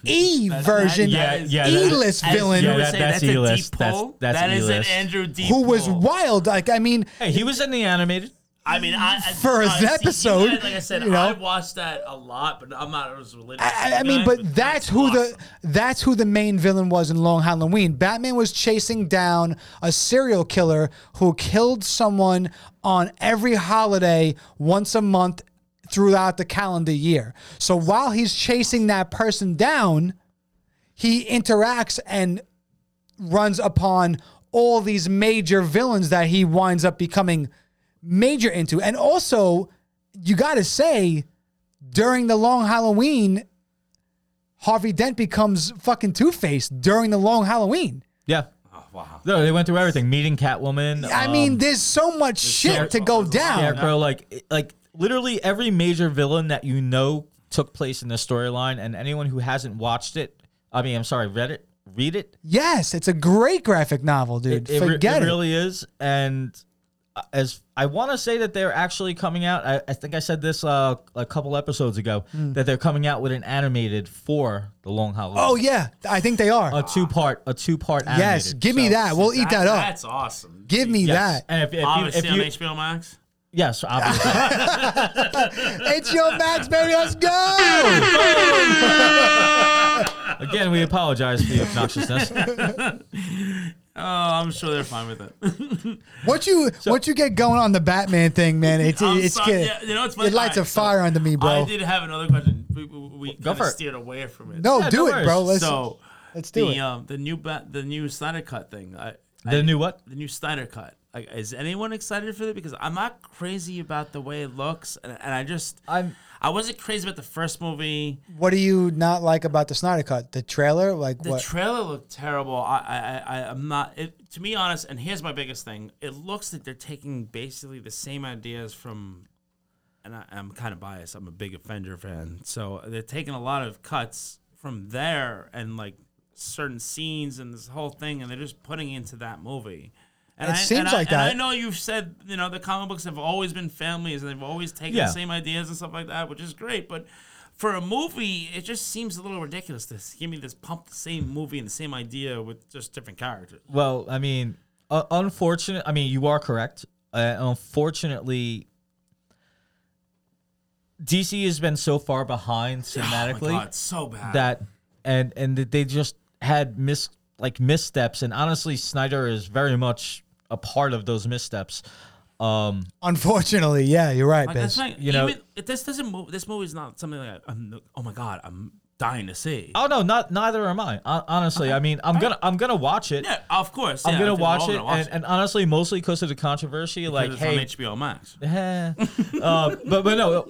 A: E version,
D: Yeah,
B: yeah,
A: E
B: that-
A: list
D: As
A: villain.
D: you
B: Yeah,
D: would
B: that-
D: say,
B: that's
D: that's, a
B: E-list.
D: deep
B: That's-
D: pull.
B: that's
D: That is
B: E-list.
D: an Andrew deep
A: who was
D: pull.
A: wild. Like I mean,
B: hey, he was in the animated.
D: I mean, I, I
A: For
D: I
A: an
D: see you guys,
A: episode,
D: like I said,
A: you know?
D: I watched that a lot, but I'm not as religious.
A: I,
D: as
A: I- I
D: you
A: mean,
D: guys,
A: but that's who
D: awesome.
A: the that's who the main villain was in Long Halloween. Batman was chasing down a serial killer who killed someone on every holiday once a month throughout the calendar year. So while he's chasing that person down, he interacts and runs upon all these major villains that he winds up becoming major into. And also, you got to say, during the long Halloween, Harvey Dent becomes fucking Two Face during the long Halloween.
B: Yeah.
D: Oh, wow.
B: No, they went through everything. Meeting Catwoman.
A: I
B: um,
A: mean, there's so much shit to go down.
B: Scarecrow, like like literally every major villain that you know took place in the storyline, and anyone who hasn't watched it, I mean, I'm sorry, read it, read it.
A: Yes, it's a great graphic novel, dude.
B: It, re-
A: Forget it.
B: it really is, and uh, as I want to say that they're actually coming out. I, I think I said this uh, a couple episodes ago
A: Hmm.
B: that they're coming out with an animated for the Long Halloween.
A: oh yeah, I think they are.
B: a two part, a two part.
A: yes, give me that. We'll eat that up.
D: That's awesome.
A: Give me that.
B: And if, if you,
D: Obviously
B: if you,
D: on HBO Max.
B: yes, obviously.
A: It's your Max, baby. Let's go.
B: Again, we apologize for the obnoxiousness.
D: Oh, I'm sure they're fine with it.
A: Once you once you get going on the Batman thing, man, it's
D: I'm
A: it's
D: sorry.
A: getting-
D: Yeah, you know, it's funny.
A: it lights a
D: All right, so
A: fire under me,
D: I
A: bro.
D: did have another question. We, we, we kinda
B: for it.
D: steered away from it.
A: No,
B: Yeah,
A: do
B: no
A: it, bro.
B: worries.
A: Let's
D: so
A: let's do
D: the
A: it.
D: um the new ba- the new Snyder cut thing. I, I
B: the new what?
D: the new Snyder cut. Like, is anyone excited for it? Because I'm not crazy about the way it looks, and, and I just
B: I'm-
D: I wasn't crazy about the first movie.
A: What do you not like about the Snyder Cut? The trailer, like
D: The
A: what?
D: trailer looked terrible. I, I, I, I- I'm not. It, to be honest, and here's my biggest thing: it looks like they're taking basically the same ideas from. And I, I'm kind of biased. I'm a big Avenger fan, so they're taking a lot of cuts from there and like certain scenes and this whole thing, and they're just putting into that movie. And
A: It
D: I,
A: seems
D: and
A: like
D: I, and
A: that.
D: I know you've said you know the comic books have always been families, and they've always taken
B: Yeah.
D: the same ideas and stuff like that, which is great. But for a movie, it just seems a little ridiculous to give me this pump the same movie and the same idea with just different characters. Oh
B: Well, I mean, uh, unfortunate. I mean, you are correct. Uh, unfortunately, DC has been so far behind
D: Oh my
B: cinematically
D: god, so bad.
B: that, and and that they just had mis like missteps. And honestly, Snyder is very much a part of those missteps. Um,
A: Unfortunately, yeah, you're right,
D: like,
A: bitch.
D: that's not,
B: you
D: you
B: know-
D: know, even, it- this doesn't move. This movie's not something like I'm, oh my god, I'm dying to see.
B: oh no, not neither am I. Hon- Honestly, I mean, I'm gonna I'm gonna watch it.
D: yeah, of course.
B: I'm
D: yeah, I
B: gonna
D: think we're
B: watch
D: all
B: it,
D: gonna watch
B: and, and honestly, mostly because of the controversy. like,
D: It's
B: hey,
D: on HBO Max.
B: Eh. uh, but but no,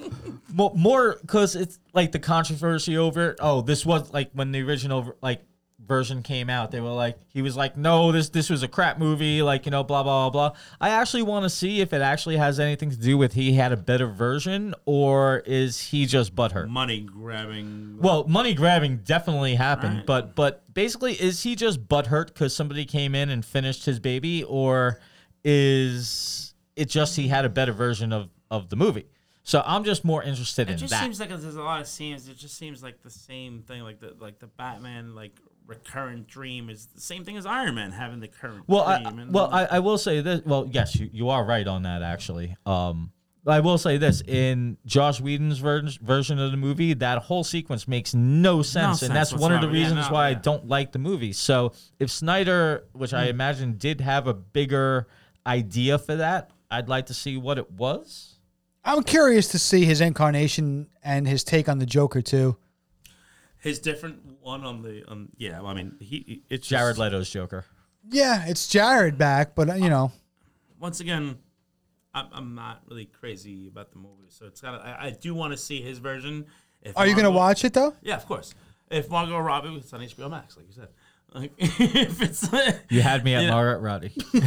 B: mo- more because it's like the controversy over. it. Oh, this was like when the original like version came out. They were like, he was like, no, this this was a crap movie. Like you know, blah blah blah. blah. I actually want to see if it actually has anything to do with he had a better version or is he just butthurt.
D: Money grabbing.
B: Well, money grabbing definitely happened,
D: Right.
B: but but basically, is he just butthurt because somebody came in and finished his baby, or is it just he had a better version of of the movie? So I'm just more interested
D: It
B: in
D: just
B: that.
D: seems like there's a lot of scenes. It just seems like the same thing, like the like the Batman like recurrent dream is the same thing as Iron Man having the current
B: well,
D: dream.
B: I, well, I, I will say this. Well, yes, you, you are right on that actually. Um, I will say this in Josh Whedon's ver- version of the movie, that whole sequence makes no sense,
D: sense
B: and that's one of the
D: whatsoever. Yeah,
B: reasons
D: no,
B: why I
D: yeah. Hmm.
B: don't like the movie. So if Snyder, which I imagine did have a bigger idea for that, I'd like to see what it was.
A: I'm curious to see his incarnation and his take on the Joker too.
D: his different one on the um yeah. Well, I mean he he- it's just-
B: Jared Leto's Joker.
A: Yeah, it's Jared back, but uh, you know,
D: once again. I'm, I'm not really crazy about the movie, so it's gotta. I, I do want to see his version. If
A: are you gonna
D: Margot-
A: watch it though?
D: Yeah, of course. If Margot Robbie, it's on HBO Max, like you said. Like, if it's
B: You had me at
D: Yeah.
B: Margaret Roddy.
D: yeah,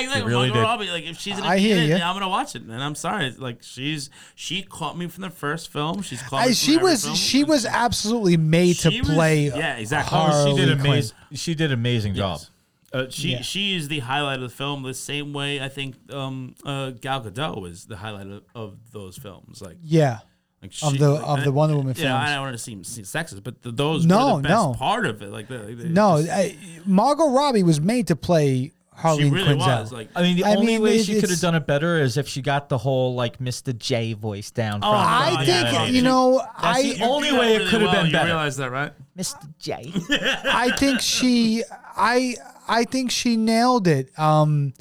D: exactly.
B: really
D: Margot
B: did.
D: Robbie, like if she's in, a,
A: I hear
D: in it,
A: ya.
D: then I'm gonna watch it, and I'm sorry, like she's she caught me from the first film. She's caught.
A: I,
D: me from
A: she
D: every
A: was
D: film.
A: she was absolutely made
D: She
A: to
D: was-
A: play.
D: yeah, exactly.
A: Harley
B: she did
A: Quinn.
B: amazing. She did amazing job.
D: Uh, she she is the highlight of the film. The same way I think um, uh, Gal Gadot is the highlight of, of those films. Like,
A: Yeah,
D: like she,
A: of the
D: like,
A: of
D: I-
A: the Wonder Woman
D: Yeah, I
A: films.
D: don't want to seem, seem sexist, but the, those
A: No,
D: were the best
A: no.
D: part of it. Like, the, like, the-
A: No,
D: just-
A: I, Margot Robbie was made to play
D: she
A: Harley
D: really
A: Quinzel.
D: was like.
B: I mean, the
A: I
B: only
A: mean,
B: way
A: it-
B: she could have
A: it's-
B: done it better is if she got the whole like Mr. J voice down. Oh,
A: I
D: Oh,
A: think
D: yeah, yeah,
A: you
D: yeah.
A: know
B: That's
A: I
B: the only way it could have been better.
D: You realize that, right?
B: Mr. J.
A: I think she I I think she nailed it. Um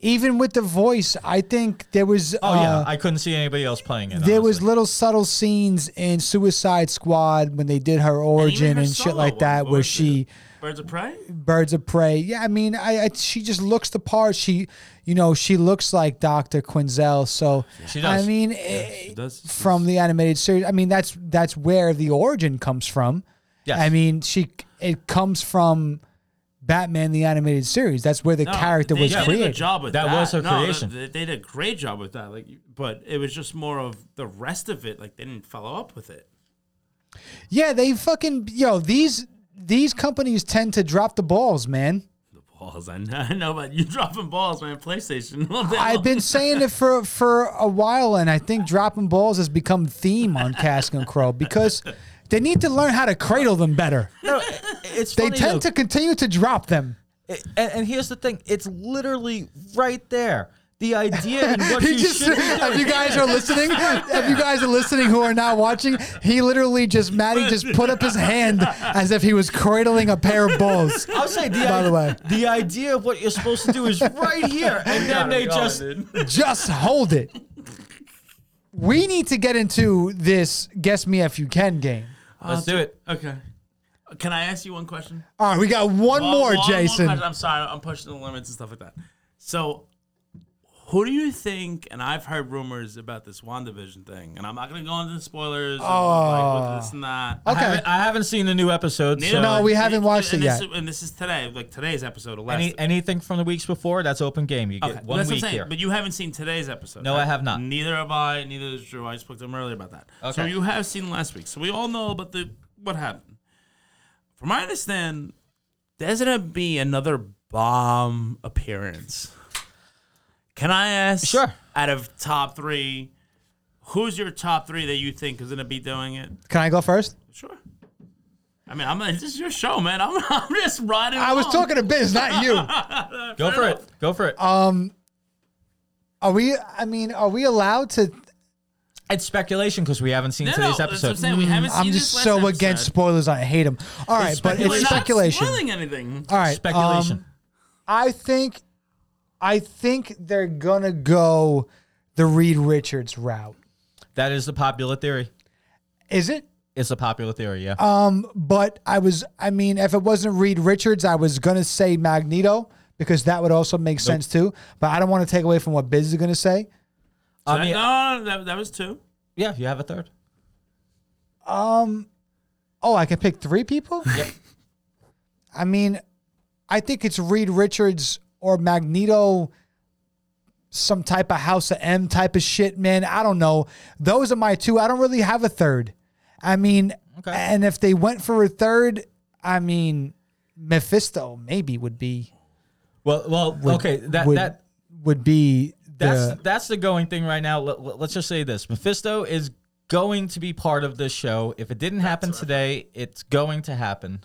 A: even with the voice, I think there was
B: Oh yeah,
A: uh,
B: I couldn't see anybody else playing it.
A: there was
B: honestly.
A: little subtle scenes in Suicide Squad when they did her origin and,
D: Even her
A: shit
D: solo
A: like
D: one,
A: that
D: what
A: where
D: was
A: she
D: it? Birds of Prey.
A: Birds of Prey. Yeah, I mean, I, I she just looks the part. She, you know, she looks like Doctor Quinzel. So
B: She does.
A: I mean,
D: She
A: eh,
D: does.
A: from the animated series, I mean that's that's where the origin comes from.
B: Yes.
A: I mean, she it comes from Batman the animated series. That's where the
D: No,
A: character
D: they
A: was
D: did a good
A: created.
D: job with
B: That
D: that.
B: was her
D: No,
B: creation.
D: They, they did a great job with that. Like, but it was just more of the rest of it. Like, they didn't follow up with it.
A: Yeah, they fucking yo these these companies tend to drop the balls, man.
D: The balls. I know, I know about you dropping balls, man. PlayStation. all day
A: I've
D: long.
A: been saying it for for a while, and I think dropping balls has become theme on Cask and Crow because they need to learn how to cradle them better.
B: No, it's
A: They
B: funny,
A: tend
B: though.
A: to continue to drop them.
B: It- and, and here's the thing: it's literally right there. the idea and what
A: He
B: you
A: just,
B: should be doing.
A: if you guys are listening, if you guys are listening who are not watching, he literally just, Maddie just put up his hand as if he was cradling a pair of bulls.
B: I'll say the,
A: By the way.
B: the idea of what you're supposed to do is right here, and then they just
A: Just hold it. We need to get into this guess me if you can game.
B: let's do it.
D: Okay. Can I ask you one question?
A: All right, we got one
D: One-
A: more,
D: one- one
A: Jason.
D: question. I'm sorry, I'm pushing the limits and stuff like that. So, who do you think? And I've heard rumors about this WandaVision thing, and I'm not gonna go into the spoilers. Oh, like, with this and
B: I
D: that.
A: Ah. okay.
B: haven't, I haven't seen the new episode.
D: Neither
B: so
D: have I.
A: we haven't
D: And-
A: watched it
D: and
A: yet.
D: This, is- and this is today, like today's episode. Of last
B: any, anything from the weeks before, that's open game. You get
D: Okay,
B: one
D: that's what I'm
B: week
D: saying,
B: here.
D: But you haven't seen today's episode.
B: No,
D: right?
B: I have not.
D: Neither have I. Neither is Drew. I spoke to him earlier about that. So
B: Okay.
D: you have seen last week. So we all know about the what happened. From my understand, there's gonna be another bomb appearance. Can I ask?
B: Sure.
D: Out of top three, who's your top three that you think is gonna be doing it?
A: Can I go first?
D: Sure. I mean, I'm. This is your show, man. I'm. I'm just riding.
A: I was
D: along.
A: talking to Biz, not you.
B: Go for it. Go for it.
A: Are we? I mean, are we allowed to?
B: it's speculation because we haven't seen
D: No, no,
B: today's
D: that's what I'm
B: episode. Mm-hmm.
D: saying. We haven't seen
A: Mm, I'm
D: this
A: just
D: last
A: so against
D: episode.
A: spoilers. I hate them. All right, but
B: speculation.
A: it's
D: We're not
A: speculation.
D: spoiling anything.
A: All right, um,
B: speculation.
A: I think, I think they're gonna go the Reed Richards route.
B: that is the popular theory.
A: Is it?
B: It's a popular theory, yeah.
A: Uh, But I was. I mean, if it wasn't Reed Richards, I was gonna say Magneto because that would also make sense too. But I don't want to take away from what Biz is gonna say.
B: I
D: That-
B: mean,
D: no, no, no, that, that was two.
B: yeah, you have a third.
A: Oh, I can pick three people?
B: Yep.
A: I mean, I think it's Reed Richards or Magneto, some type of House of M type of shit, man. I don't know. Those are my two. I don't really have a third. I mean,
B: Okay.
A: and if they went for a third, I mean, Mephisto maybe would be
B: Well, well, okay. That
A: would,
B: that
A: would be
B: that's
A: the
B: that's the going thing right now. Let, let- let's just say this: Mephisto is going to be part of this show. If it didn't happen today, it's going to happen.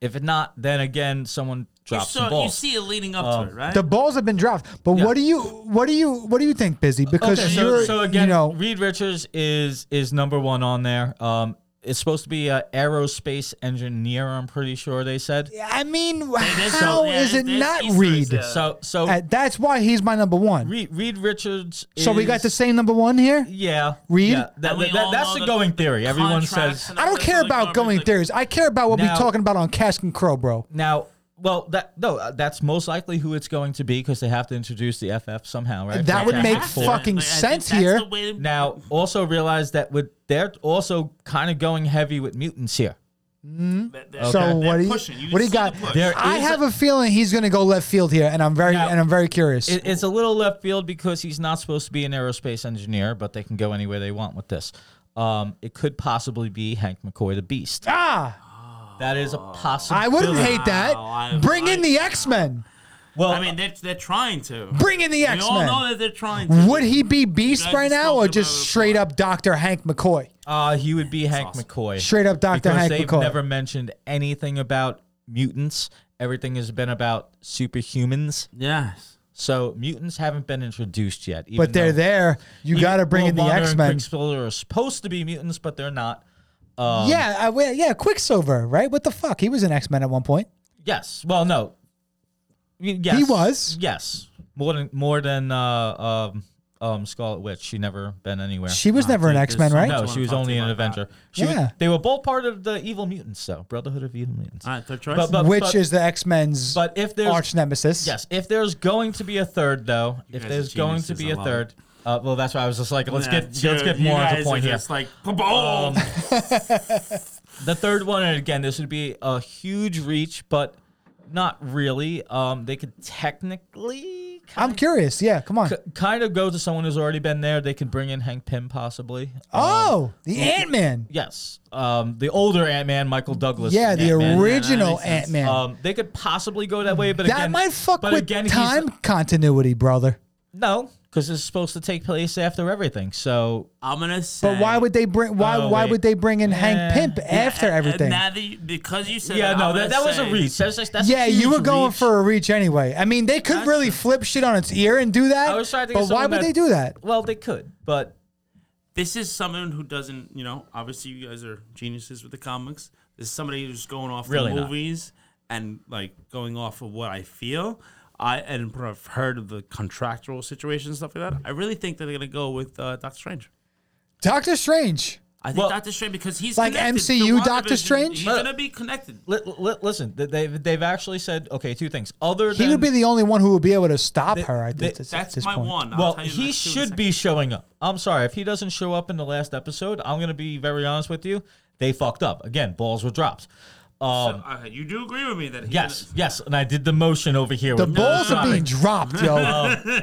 B: If it not, then again, someone
D: You,
B: drops some
D: saw, you
B: balls. Um,
D: see it leading up to it, right?
A: the balls have been dropped. But what do you what do you what do you think, Busy? Because
B: Okay,
A: you're
B: so, so
A: you
B: again,
A: know
B: Reed Richards is is number one on there. Um, it's supposed to be an aerospace engineer. I'm pretty sure they said.
A: I mean,
D: There's
A: how
D: some-
A: is
D: yeah,
A: it
D: there's
A: not
D: Easter eggs
A: Reed?
D: there.
B: So so
A: Uh, that's why he's my number one.
B: Reed, Reed Richards.
A: so we
B: is-
A: got the same number one here.
B: yeah
A: Reed?
B: Yeah, that,
D: And we
B: that-
D: all
B: that's
D: know
B: the
D: that
B: going theory. Everyone
D: contracts
B: says
D: and
A: I don't
D: everything
A: care
D: like
A: about
D: that,
A: going
D: like-
A: theories. I care about what
B: Now-
A: we're talking about on Cask and Crow, bro.
B: Now, well, that no, uh, that's most likely who it's going to be because they have to introduce the FF somehow, right?
A: That
B: For
A: would
B: Fantastic
A: make
B: Four.
A: fucking
D: I think
A: sense
D: that's
A: here.
D: the way to-
B: Now, also realize that with they're also kind of going heavy with mutants here.
D: that- that-
A: So
D: they're
A: what do you
D: pushing.
A: what do you
D: see the
A: got?
D: push.
B: There
A: I
B: is
A: have a feeling he's going to go left field here, and I'm very
B: Now-
A: and I'm very curious.
B: It, it's a little left field because he's not supposed to be an aerospace engineer, but they can go anywhere they want with this. Um, it could possibly be Hank McCoy the Beast.
A: ah,
B: That is a
D: Oh.
B: possibility.
A: I wouldn't hate that.
D: I-
A: Bring
D: I-
A: in the X Men.
B: Well,
D: I mean, they're, they're trying to.
A: Bring in the
D: We
A: X
D: all know
A: Men.
D: that they're trying to.
A: Would he be Beast
D: guys
A: right now, or
D: spoke
A: just
D: about it
A: straight
D: before.
A: up Doctor Hank McCoy?
B: uh, he would be Hank McCoy.
A: Straight up Dr.
B: Because
A: Hank
B: they've
A: McCoy.
B: never mentioned anything about mutants. Everything has been about superhumans.
D: Yes.
B: So mutants haven't been introduced yet. even
A: But they're
B: though-
A: there. You
B: even-
A: got to bring
B: well,
A: in the
B: Wanda and
A: X Men.
B: Quicksilver are supposed to be mutants, but they're not. Um,
A: yeah, I, well, yeah, Quicksilver, right? What the fuck? He was an X Men at one point.
B: Yes. Well, no. Y- Yes.
A: He was.
B: Yes. More than more than uh, um, um, Scarlet Witch. She never been anywhere.
A: She was never an
D: dude,
A: X Men,
D: there's
A: right?
B: no,
D: Don't
B: she was
D: talk to
B: only
D: me
B: an
D: about that.
B: Avenger. She was-
A: Yeah.
B: they were both part of the evil mutants, though. Brotherhood of Evil Mutants.
D: All right, third choice.
B: But- but-
A: which
B: but-
A: is the X Men's
B: But if there's
A: arch nemesis.
B: yes, if there's going to be a third, though, if
D: guys are
B: there's going to
D: geniuses,
B: be
D: I
B: a
D: love it.
B: third, uh, well, that's why I was just like, let's
D: Yeah,
B: get let's
D: dude,
B: get
D: you
B: more on
D: guys
B: the
D: are
B: point here.
D: just like,
B: Um,
D: boom.
B: The third one, and again, this would be a huge reach, but not really. Um, they could technically
A: I'm curious. Yeah, come on.
B: kind of go to someone who's already been there. They could bring in Hank Pym possibly. um,
A: Oh, the Ant Man.
B: Yes, um, the older Ant Man, Michael Douglas.
A: Yeah, the
B: Ant-Man.
A: original
D: makes sense.
A: Ant Man.
B: Um, they could possibly go that way, but
A: that
B: again,
A: might fuck
B: but
A: with
B: again, he's-
A: time continuity, brother.
B: No, because it's supposed to take place after everything. So
D: I'm gonna say.
A: But why would they bring? Why
B: Oh,
A: why
B: wait.
A: would they bring in
B: Yeah.
A: Hank Pimp
D: Yeah,
A: after
D: and- and
A: everything?
D: now that you- because you said
B: yeah,
D: that,
B: no,
D: I'm
B: that, that
D: gonna
B: was a
D: say-
B: reach. That's, that's, that's a
A: yeah, you
B: huge
A: were going
B: reach.
A: for a reach anyway. I mean, they could
D: That's
A: really
D: a-
A: flip shit on its ear and do that.
B: I was trying to think
A: but
B: of
A: why
B: someone
A: would
B: that-
A: they do that?
B: Well, they could, but
D: This is someone who doesn't, you know. Obviously, you guys are geniuses with the comics. This is somebody who's going off
B: Really
D: the
B: not.
D: movies and like going off of what I feel. I and what I've heard of the contractual situation and stuff like that. I really think that they're gonna go with uh, Doctor Strange.
A: Doctor Strange.
D: I think
B: Well-
D: Doctor Strange because he's
A: Like
D: connected to
A: MCU Doctor
D: WandaVision.
A: Strange?
D: He's
B: Look.
D: gonna be connected.
B: li- li- listen, th- they've they've actually said okay, two things. Other
A: He
B: than
A: would be the only one who would be able to stop her. I
B: they-
A: think at
D: That's
A: this
D: my
A: point.
D: one. I'll
B: well,
D: tell you the
B: he
D: next two in a
B: should
D: second.
B: be showing up. I'm sorry if he doesn't show up in the last episode. I'm gonna be very honest with you. They fucked up again. Balls were dropped.
D: So,
B: Um,
D: uh, you do agree with me that he
B: yes, yes, and I did the motion over here.
A: The
B: with
A: balls are
B: dropping.
A: being dropped,
B: Oh,
A: yo.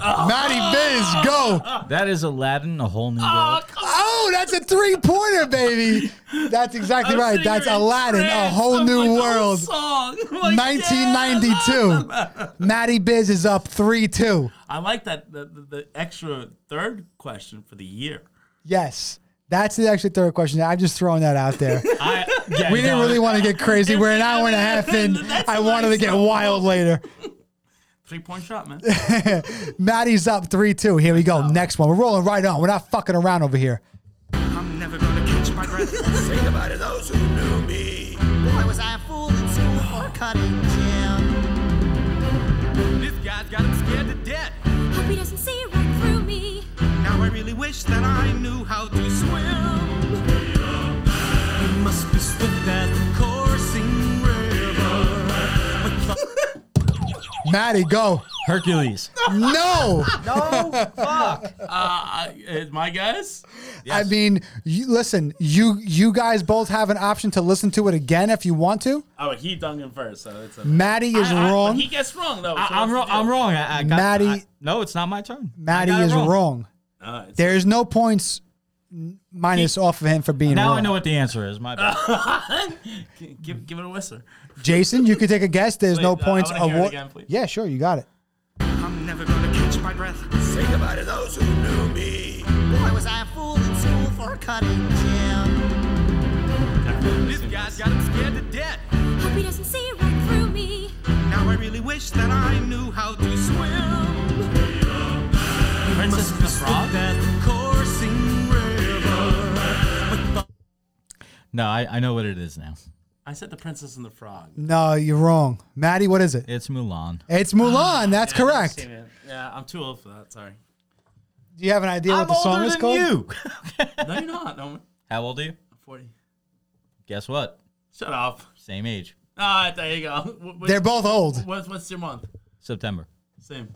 A: Matty Biz, go.
B: That is Aladdin, a whole new world.
A: Oh, Yo, that's a three pointer, baby. That's exactly
D: I'm
A: right.
D: sitting
A: That's
D: here in
A: Aladdin, a
D: trance.
A: whole
D: I'm
A: new
D: like, the
A: world.
D: song. I'm like, yeah.
A: 1992. Matty Biz is up 3 2.
D: I like that the, the, the extra third question for the year.
A: Yes. That's the actually third question. I'm just throwing that out there.
B: I, yeah,
A: We didn't
B: no,
A: really want to get crazy. We're an hour and a half in.
D: That's
A: I wanted to
D: nice.
A: get wild later.
D: Three point shot, man. Uh,
A: Matty's up 3 2. Here we go. Next one. We're rolling right on. We're not fucking around over here.
E: I'm never gonna catch my breath. Think about it, those who knew me.
F: Boy, was I a fool in school for cutting Jim.
E: This guy's got him scared to death.
G: Hope he doesn't see right through me.
E: Now I really wish that I knew how to swim. You must be swift as the coursing river.
A: Matty, go.
B: Hercules.
A: No.
D: uh, it's my guess.
A: I mean, you, listen, you you guys both have an option to listen to it again if you want to.
D: Oh, he dunk it first, so it's a.
A: Matty is
D: I- but
A: wrong.
D: he gets wrong though.
B: I, am wrong. I'm wrong. I, I got,
A: Matty-
B: I- no, it's not my turn. I
A: Matty
B: got it
A: is wrong.
D: wrong.
A: There is no points n- minus off of him for being
B: Now
A: wrong.
B: I know what the answer is. My bad.
D: give, give it a whistle.
A: Jason, you could take a guess. There's no
D: Wait, uh, I- I
A: points.
D: wanna hear it
A: award-
D: again, please.
A: yeah, sure, you got it.
E: I'm never gonna catch my breath.
F: Think about it, those who knew me. Boy, was I a fool in school for cutting Jim.
E: This guy's got him scared to death.
G: Hope he doesn't see right through me.
E: Now I really wish that I knew how to swim.
D: Princess and the Frog.
E: That coursing river.
B: No, I, I know what it is now.
D: I said the Princess and the Frog.
A: No, you're wrong. Matty, what is it?
B: It's Mulan.
A: It's Mulan. That's correct.
D: Yeah, I'm too old for that. Sorry.
A: Do you have an idea what the song is called?
B: you.
D: No, you're not. No, I'm
B: How old are you?
D: 40.
B: Guess what?
D: Shut up.
B: Same age.
D: Ah, there you go. What, what-
A: They're both old.
D: what's, what's your month?
B: September
D: Same.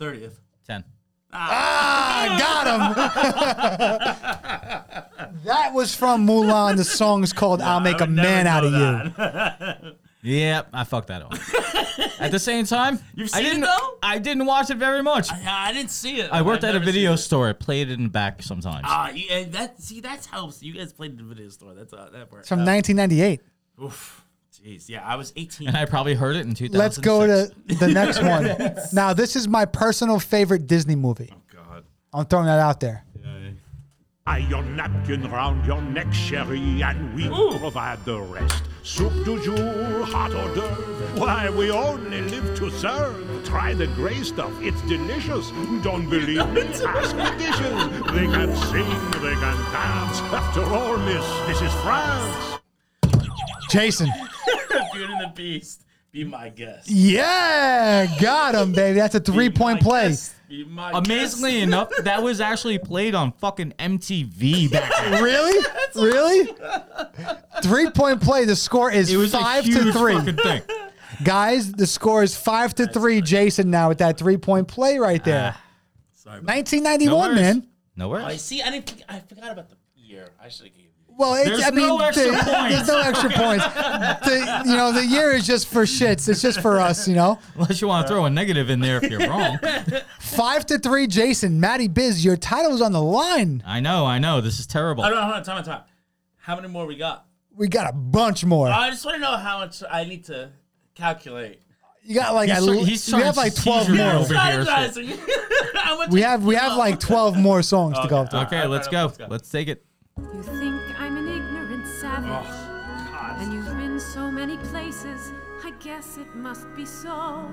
D: 30th.
B: 10.
A: I got him. that was from Mulan. The song is called "I'll Make a Man Out of You."
B: Yep, I fucked that up. At the same time,
D: You've
B: I
D: seen it,
B: didn't,
D: though?
B: I didn't watch it very much. I,
D: Yeah, I didn't see it.
B: worked at
D: I've
B: a
D: never seen
B: video
D: it.
B: store. It Played it in the back sometimes.
D: Ah, you- and that see that's how you guys played the video store. That's uh, that worked.
A: It's from 1998.
D: Oof. Jeez, yeah, I was 18.
B: and I probably heard it in 2000.
A: Let's go to the next one. Now, this is my personal favorite Disney movie.
B: Oh,
D: God.
A: I'm throwing that out there.
H: Tie your napkin round your neck, Sherry, and we provide the rest. Soup du jour, hot hors d'oeuvre. Why, we only live to serve. Try the gray stuff, it's delicious. Don't believe me? Ask the dishes. They can sing, they can dance. After all, miss, this is France.
A: Jason.
D: Beauty and the Beast. Be my guest.
A: Yeah, got him, baby. That's a three point
D: My
A: play.
D: guest. Be my
B: Amazingly
D: guest.
B: enough, that was actually played on fucking MTV back then.
A: Really? Really? Three point play. The score is
B: It was
A: five
B: a huge
A: to three.
B: fucking thing.
A: Guys, the score is five to three. Jason now with that three point play right
B: Ah.
A: there.
D: Sorry. about-
A: 1991, man.
B: No
D: I
B: worries.
D: see. I didn't. Think, I forgot about the year. I should have gave you.
A: Well, it's,
B: There's
A: I mean,
B: no extra
A: the- there's
B: points.
A: no extra points. The, you know, the year is just for shits. It's just for us, you know.
B: Unless you want to throw a negative in there if you're wrong.
A: Five to three, Jason. Matty Biz, your title is on the line.
B: I know, I know. This is terrible.
D: I don't know. Hold on. Time. Time. How many more we got?
A: We got a bunch more.
B: Uh,
D: I just want to know how much I need to calculate.
A: You got like
B: He's
A: a,
B: try-
A: l-
B: he's
A: we have
B: trying
A: like
B: to
A: twelve
B: seizure
A: more.
B: over here.
D: Strategizing. How much
A: We
D: is-
A: have we have like twelve more songs to go up to.
B: Okay, let's go. Let's take it.
G: You think I'm an ignorant savage.
D: Oh,
G: And you've been so many places. I guess it must be so.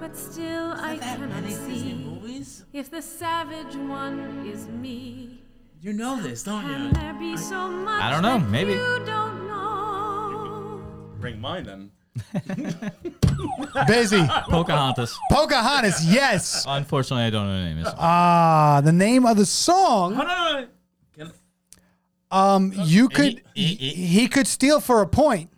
G: But still, I cannot
D: Disney
G: see
D: movies.
G: if the savage one is me.
D: You know this, don't
G: Can
D: you?
G: there be so much
B: I don't know,
G: that
B: maybe.
G: you don't know?
D: Bring mine then.
A: Busy
B: Pocahontas.
A: Pocahontas. Yes.
B: Unfortunately, I don't know the name. It's-
A: Ah, the name of the song.
D: Hold on. hold on. Can,
A: Um, you could
B: he-
A: he, could steal for a point.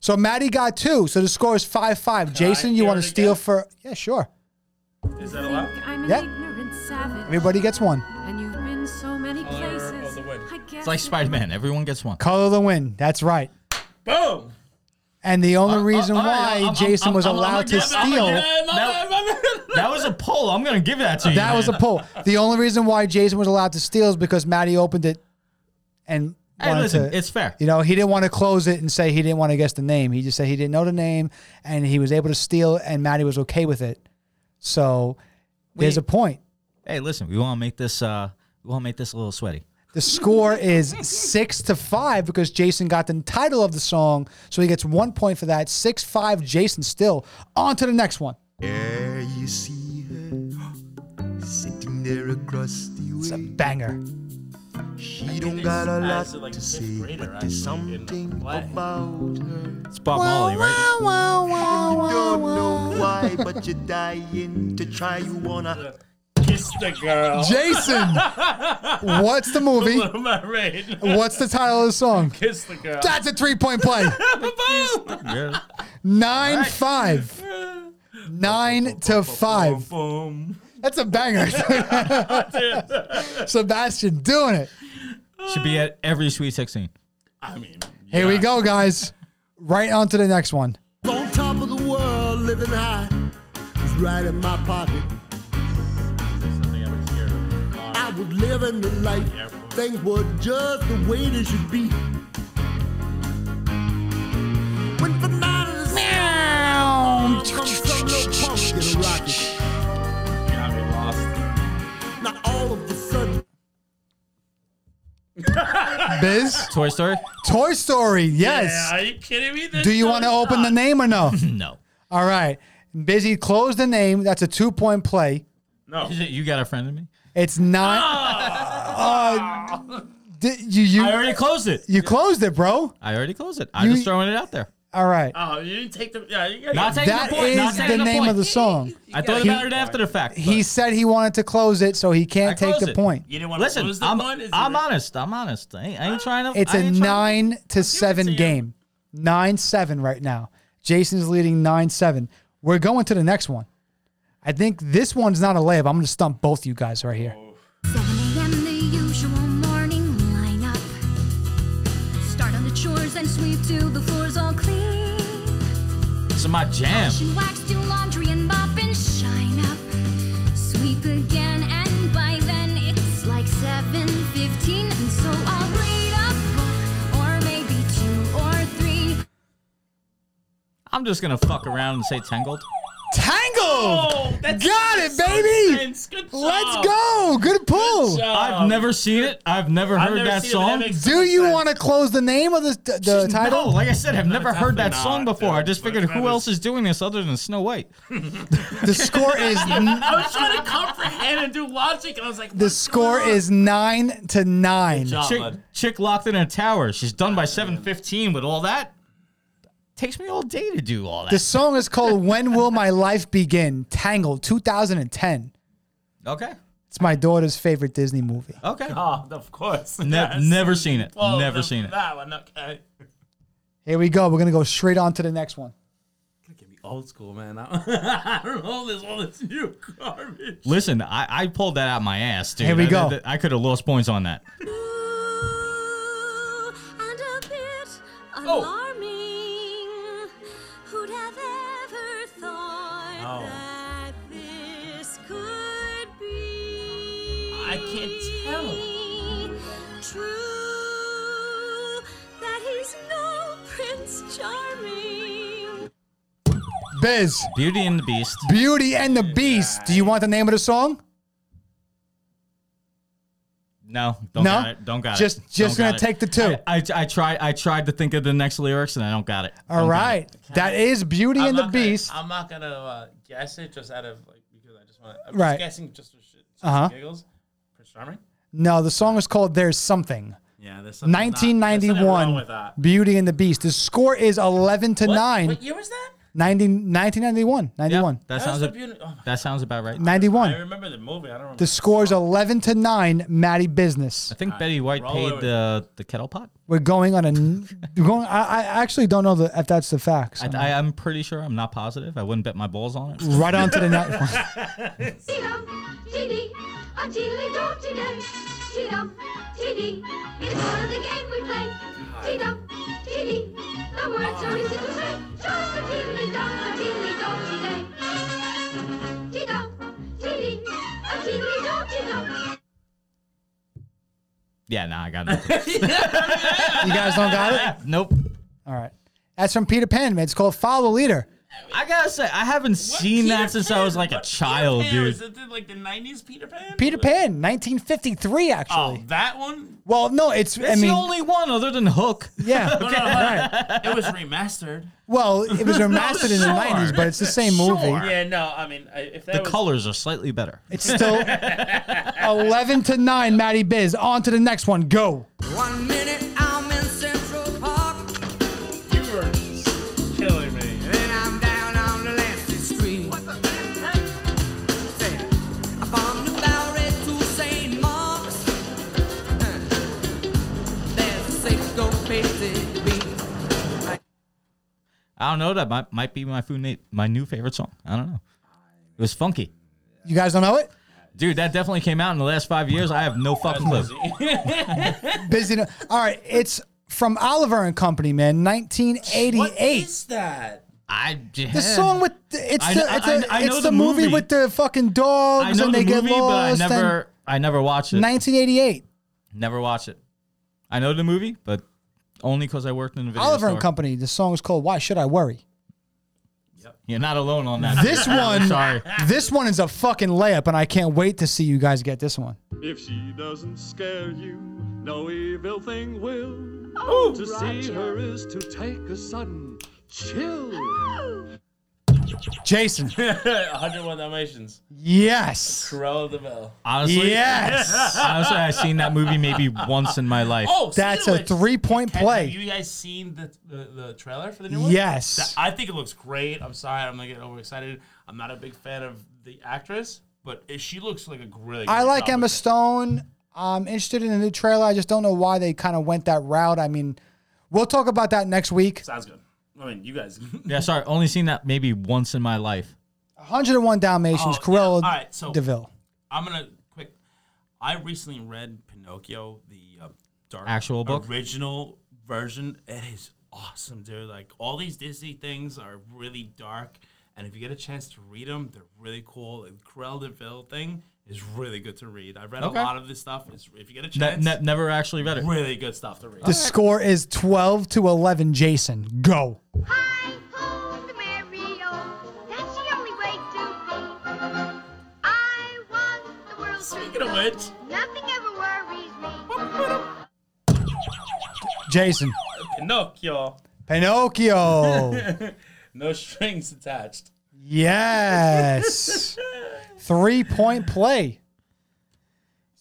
A: So Matty got two. So the score is five five. Jason, you
D: hear
A: want
D: it
A: to steal
D: again?
A: for? Yeah, sure.
D: is that
G: Think
D: allowed?
G: I'm an
A: Yeah.
G: ignorant savage.
A: Everybody gets one.
G: And you've been so many
D: Color of the
G: places.
D: wind.
G: I guess
B: It's like
G: it
B: Spider Man. Everyone gets one.
A: Color of the wind. That's right.
D: Boom.
A: And the only reason
B: Uh, all right,
A: why
B: I'm- I'm-
A: Jason
B: I'm-
A: was
B: I'm- I'm
A: allowed to
B: against- I'm
A: steal.
B: against- That was a pull. I'm gonna give that to you.
A: That was a
B: man.
A: pull. The only reason why Jason was allowed to steal is because Matty opened it and
B: Hey,
A: wanted
B: listen,
A: to.
B: it's fair.
A: you know, he didn't want to close it and say he didn't want to guess the name. He just said he didn't know the name, and he was able to steal, and Matty was okay with it. So there's
B: We-
A: a point.
B: Hey, listen, we want to make this. Uh, we want to make this a little sweaty.
A: The score is six to five because Jason got the title of the song, so he gets one point for that. Six five, Jason still on to the next one.
F: There you see her sitting there across the
A: It's a
F: way.
A: banger.
F: She don't got a lot
D: As, like,
F: to
D: fifth
F: say,
D: grader,
F: but
D: actually, in
F: there's something
D: play.
F: about her.
B: It's Bob Marley, right?
F: You don't know why, but you're dying to try. You wanna
D: Kiss the girl.
A: Jason, what's the movie?
D: Little Mermaid.
A: What's the title of the song?
D: Kiss the girl.
A: That's a three point play.
B: Yeah.
A: Nine five. Nine to five.
D: Boom.
A: That's a banger. Sebastian doing it.
B: Should be at every Sweet 16.
D: I mean,
A: Here we go, guys. Right on to the next one.
F: on top of the world, living high. It's right in my pocket.
D: something I would hear. Uh,
F: I was living the life.
D: Airport.
F: Things were just the way they should be. When the night is meow, some little punk get a rocket.
D: got me lost.
F: Not all of a sudden,
A: Biz,
B: Toy Story?
A: Toy Story.
D: Yeah,
A: Yes.
D: are you kidding me? There's
A: Do you
D: no
A: want to open the
D: shot.
A: name or no?
B: No.
A: All right. Busy closed the name. That's a two point play.
D: No.
B: Is it you got a friend in me?
A: It's not. Uh, di- you you
B: Ah. I already closed it.
A: you closed it, bro.
B: I already closed it. I'm
A: You-
B: just throwing it out there.
A: All right.
D: Oh, you didn't take the. Yeah, you got
B: Ah. Not taking
A: That
B: the point. Not
A: is
B: taking
A: the name
B: point.
A: of the song.
B: I thought about it after the fact. but
A: He said he wanted to close it, so he
B: I
A: can't take
B: closed
A: the
B: it.
A: point.
D: You didn't want to
B: listen,
D: lose the
B: I'm,
D: one? Is it-
B: I'm honest. I'm honest. I ain't, I ain't trying to.
A: It's
B: a
A: a nine to seven
D: you.
A: game. Nine seven right now. Jason's leading nine seven. We're going to the next one. I think this one's not a layup. I'm going to stump both you guys right here.
I: 7 a.m. the usual morning lineup. Start on the chores and sweep till the floor's all clean.
B: This is my jam.
I: Wash and wax, do laundry and mop and shine up. Sweep again, and by then it's like 7:15, and so I'll read a book or maybe two or three.
B: I'm just gonna fuck around and say Tangled.
A: Tangled!
D: Oh, that's
A: Got it, baby!
D: Sense. Good job.
A: Let's go! Good pull!
B: I've never seen it. I've never
D: Oh. I've
B: heard
D: never
B: that
D: seen it, but
B: song.
D: that makes
A: Do
D: sense.
A: you want to close the name of the, the title?
B: No, like I said, I've never heard that
D: definitely
B: song
D: not,
B: before. I
D: dude.
B: just figured
D: But
B: who
D: that
B: else
D: is-
B: is doing this other than Snow White?
A: The score is
D: I was trying to comprehend and do logic, and I was like,
A: the
D: what's
A: score
D: going on?
A: is nine to nine.
D: job.
B: Chick,
D: Ah, bud. Ah,
B: chick locked in a tower. She's done by 7:15 with all that. Takes me all day to do all that.
A: The song is called "When Will My Life Begin?" Tangled, 2010.
B: okay.
A: It's my daughter's favorite Disney movie.
B: Okay.
D: Oh, of course.
B: Ne- Never seen it.
D: Well,
B: never
D: the-
B: seen it.
D: That one, okay.
A: Here we go. We're gonna go straight on to the next one.
D: Give me old school, man. I don't know this all this new garbage.
B: Listen, I, I pulled that out my ass, dude.
A: Here we
B: I-
A: go.
B: I, could have lost points on that.
I: Ooh, and a bit
D: Oh.
I: alarming. Who'd have ever thought
D: Oh.
I: that this could be?
D: I can't tell.
I: True that he's no Prince Charming.
A: Biz,
B: Beauty and the Beast.
A: Beauty and the Beast. Do you want the name of the song?
B: No, don't
A: No?
B: got it. Don't got
A: Just-
B: it.
A: just
B: Don't
A: gonna
B: got
A: take the two.
B: I, I I tried I tried to think of the next lyrics and I don't got it.
A: All
B: Don't got
A: right, that is Beauty
D: I'm
A: and the
D: not gonna-
A: Beast.
D: I'm not gonna uh, guess it just out of like because I just want. I'm
A: Right.
D: just guessing just for shit. Just
A: Uh-huh.
D: uh Giggles. Prince Charming.
A: No, the song is called "There's Something."
D: Yeah, there's something. not- there's something wrong
A: 1991.
D: with that.
A: Beauty and the Beast. The score is 11 to
D: What?
A: 9.
D: What year was that?
A: 90, 1991.
B: it. Yeah,
A: 91.
B: that
D: That was
B: sounds
D: the
B: a,
D: beauty. Oh my,
B: that sounds about right.
D: I
A: 91.
D: remember the movie. I don't remember.
A: The score is 11 to 9. Matty Business.
B: I think Betty White
D: roll
B: paid
D: over.
B: the the kettle pot.
A: We're going on a. we're going, I, I actually don't know the, if that's the facts.
B: I, I, I'm pretty sure. I'm not positive. I wouldn't bet my balls on it.
A: right on to the next one.
I: Tidum, tiddy, a tiddly dog today. Tidum, tiddy, it's part of the game we play. Tidum, tiddy,
J: the word so easy to say. Just a tiddly dum, a tiddly dum today. Dee dum, tiddly, a tiddly dum dum.
B: Yeah, nah, I got nothing.
A: You guys don't got
B: it? Nope.
A: All right. That's from Peter Pan, man. It's called Follow Leader.
B: I gotta say, I haven't seen that since I was like a child,
D: Pan,
B: dude.
D: was it the, like the '90s Peter Pan?
A: Peter Pan, 1953, actually.
D: Oh, that one.
A: Well, no, it's, I
B: It's
A: mean,
B: the only one other than Hook.
A: yeah.
D: No, no, no, no. It was remastered.
A: Well, it was remastered in the
D: Sure.
A: 90s, but it's the same movie.
D: Yeah, no, I mean, I- if that
B: The
D: was,
B: colors are slightly better.
A: It's still 11 to 9, Matty Biz. On to the next one. Go.
F: One minute I'm in Central Park,
D: you were killing me.
F: then I'm down on the Lancet Street. Say, From the Bowery to St. Mark's, uh, there's a six-go place to be.
B: I don't know. That might, might be my food, na- my new favorite song. I don't know. It was funky,
A: You guys don't know it?
B: dude. That definitely came out in the last five years. I have no fucking clue.
A: Busy. no- All right. It's from Oliver and Company, man. 1988.
D: What is that?
B: I
A: The song with the- it's
B: I
A: the
B: kn-
A: it's,
B: I-
A: a,
B: I know
A: it's the,
B: the
A: movie.
B: movie.
A: with the fucking dogs
B: I know
A: and they
B: the movie,
A: get
B: but I
A: lost. and-
B: never, I never watched it.
A: 1988.
B: Never watched it. I know the movie, but only because I worked in the video
A: Oliver
B: store.
A: and Company. The song is called "Why Should I Worry."
B: You're not alone on that.
A: This one,
B: sorry.
A: this one is a fucking layup, and I can't wait to see you guys get this one.
K: If she doesn't scare you, no evil thing will. to see her is to take a sudden chill.
A: Jason,
D: 101 Dalmatians.
A: yes,
D: Cruella de Vil.
B: Honestly,
A: yes,
B: honestly, I've seen that movie maybe once in my life.
D: Oh,
A: that's
D: speaking
A: a
D: of which,
A: three-point
D: have- Have
A: play.
D: you guys seen the, the the trailer for the new one? Th-
A: Yes,
D: I think it looks great. I'm sorry, I'm gonna get overexcited. I'm not a big fan of the actress, but it- she looks like a really.
A: I
D: good
A: like
D: job
A: Emma
D: with it.
A: Stone. I'm interested in the new trailer. I just don't know why they kind of went that route. I mean, we'll talk about that next week.
D: Sounds good. I mean, you guys.
B: Yeah, sorry. Only seen that maybe once in my life.
A: 101 Dalmatians,
D: Oh, yeah.
A: Cruella
D: All right, so-
A: Deville.
D: I'm gonna quick. I recently read Pinocchio, the uh, dark
B: Actual book?
D: original version. It is awesome, dude. Like all these Disney things are really dark, and if you get a chance to read them, they're really cool. And Cruella de Vil thing is really good to read. I've read
B: Okay.
D: a lot of this stuff. It's, if you get a
B: Ne-
D: chance,
B: ne- never actually read it.
D: really good stuff to read.
A: The score is 12 to 11, Jason. Go.
J: Hi, ho, the merry-o. That's the only way to be. I want the world to
D: Speaking of
J: go.
D: which-
J: nothing ever worries me.
A: Jason.
D: Pinocchio,
A: Pinocchio.
D: no strings attached.
A: yes. Three point play.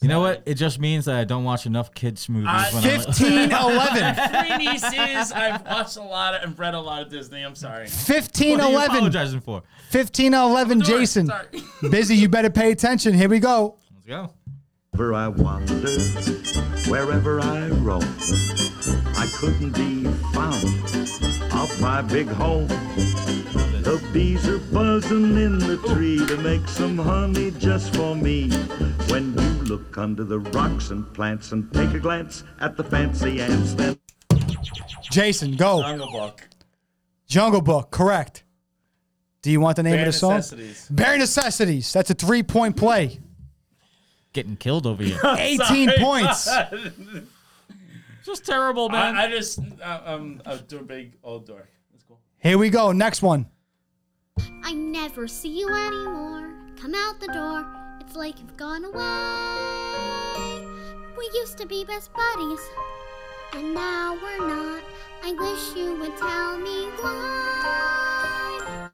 B: You know what? It just means that I don't watch enough kids movies. when I'm-
A: 15 11.
D: Three nieces. I've watched a lot of, and read a lot of Disney. I'm sorry.
A: 15
B: What are you
A: 11.
B: apologizing for?
A: 15 11, Jason.
D: Sorry.
A: Busy, you better pay attention. Here we go.
B: Let's go.
L: Wherever I wander, wherever I roam, I couldn't be found off my big home. The bees are buzzing in the tree to make some honey just for me. When you look under the rocks and plants and take a glance at the fancy ants, then
A: Jason, go.
D: Jungle Book.
A: Jungle Book, correct. Do you want the name
D: Bare
A: of the song?
D: Necessities.
A: Bare Necessities. That's a three point play.
B: Getting killed over here.
A: 18
D: Sorry.
A: points.
B: just terrible, man.
D: I, I just I, I'm a d- big old dork. That's cool.
A: Here we go. Next one.
I: I never see you anymore. Come out the door, it's like you've gone away. We used to be best buddies, and now we're not. I wish you would tell me why.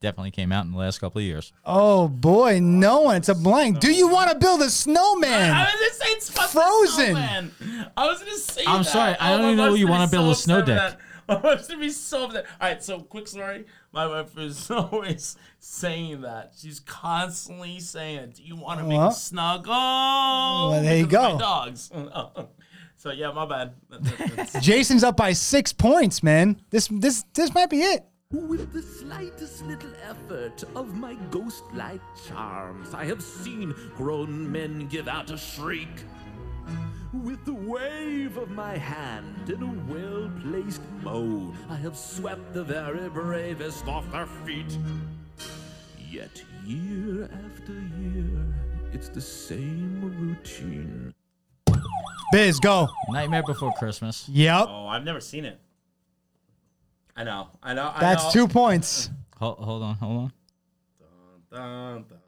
B: Definitely came out in the last couple of years.
A: Oh boy, no one. It's a blank. Do you want to build a snowman?
D: I was gonna say it's fucking
A: Frozen.
D: Snowman. I was gonna say.
B: I'm
D: that.
B: sorry, I
D: Oh,
B: don't
D: my
B: even know
D: wife's
B: you
D: gonna
B: wanna
D: be
B: build a
D: so
B: snow
D: upset with
B: deck.
D: that. My wife's gonna be so upset. All right, so quick story. My wife is always saying that. She's constantly saying, it. "Do you want to make
A: Well.
D: a snuggle?" Well,
A: there you
D: My
A: go.
D: dogs. Oh. So yeah, my bad. That- that- that's-
A: Jason's up by six points, man. This this this might be it.
C: With the slightest little effort of my ghost like charms, I have seen grown men give out a shriek. With the wave of my hand in a well placed moan, I have swept the very bravest off their feet. Yet year after year, it's the same routine.
A: Biz, go.
B: Nightmare Before Christmas.
A: Yep.
M: Oh, I've never seen it. I know. I know. I
A: That's
M: know.
A: two points.
B: Hold, hold on, hold on.
M: Dun, dun.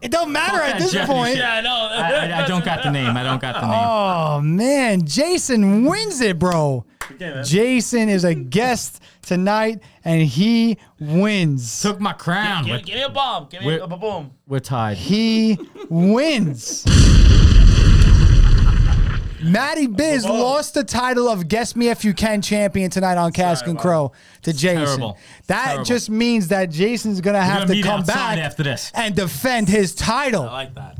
A: It don't matter
M: Fuck
A: at
M: that
A: this
M: Jeopardy
A: point.
M: shit. Yeah, I know.
B: I, I, I don't got the name. I don't got the name.
A: Oh man, Jason wins it, bro. Jason is a guest tonight, and he wins.
B: Took my crown.
M: Give, give me a bomb. Give me
B: We're-
M: a, a boom.
B: We're tied.
A: He wins. Matty Biz lost the title of Guess Me If You Can champion tonight on Cask and Crow to Jason.
B: terrible.
A: That
B: Terrible.
A: just means that Jason's going to
B: We're
A: have
B: gonna
A: to
B: meet
A: come
B: outside
A: back
B: after this.
A: and defend his title.
D: I like that.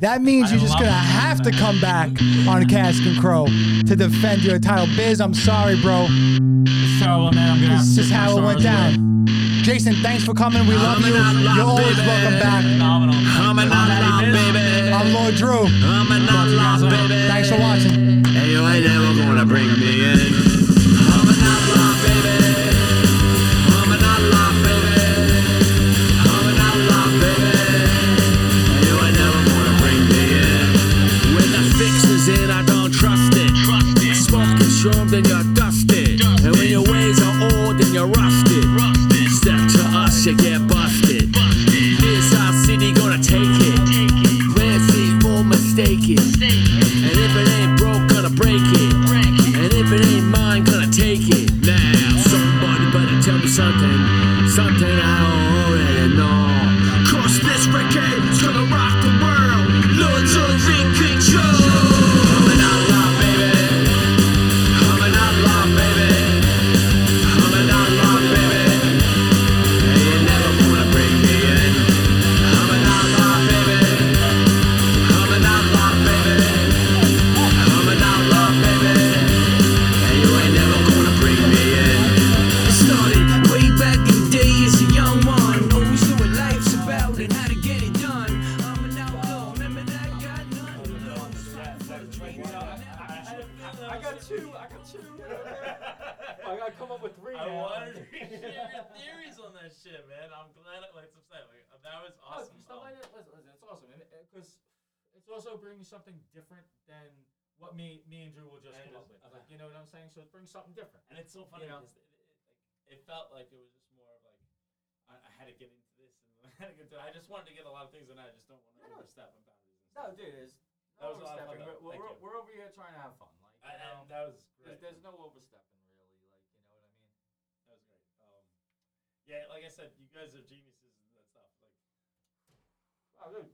A: That means you're just gonna have to come back on Cask and Crow to defend your title. Biz, I'm sorry, bro. It's
B: terrible, man. I'm gonna have
A: This
B: to
A: is
B: take my
A: how it went
B: sorrows
A: down. Jason, thanks for coming. We love you. You're always welcome back.
M: I'm an outlaw, baby.
A: I'm Lord Drew.
M: I'm an outlaw, baby.
A: Thanks for watching.
M: Hey, you ain't never gonna bring me in.
C: When the fix is in, I don't trust it. Trust it. Smoke consumed and you're dusted. And when your ways are old and you're rusted. rusted. Step to us, you get busted. busted. Here's our city, gonna take it. Take it. Where's evil mistaken? And if it ain't broke, gonna break it. break it. And if it ain't mine, gonna take it. Now, somebody better tell me something. Something I already know. Cause this recade's gonna rock the world. Lords of Ring Control. I'm an outlaw, baby. I'm an outlaw, baby. I'm an outlaw, baby. And you never wanna bring me in. I'm an outlaw, baby. I'm an outlaw, baby. I'm an outlaw, baby. And you ain't never gonna bring me in. It started way back in the day as a young one. Always knew what life's about and how to get it done. I'm an outlaw, remember that guy?
E: I got two. I got two. I gotta come up with three.
D: I
E: now.
D: wanted to hear your theories on that shit, man. I'm glad. I, like, it's upset. Like, that was
E: Oh,
D: awesome.
E: Stuff like that. Listen, listen, it's awesome, because it's also bringing something different than what me, me and Drew will just come up with. Like, you know what I'm saying? So it brings something different.
D: And it's so funny
E: You know?
D: because it, it, it felt like it was just more of like I, I had to get into this and I had to get to. I just wanted to get a lot of things and I just don't want to overstep my boundaries. and
E: No,
D: stuff.
E: dude, it's no
D: That was a lot of fun,
E: overstepping.
D: though.
E: We're,
D: Thank
E: we're,
D: you.
E: we're over here trying to have fun. Like,
D: I-
E: you
D: I-
E: know,
D: that was
E: there's,
D: great.
E: there's no overstepping, really. Like, you know what I mean?
D: That was great. Um, yeah, like I said, you guys are geniuses and that stuff. Like,
E: Oh, dude.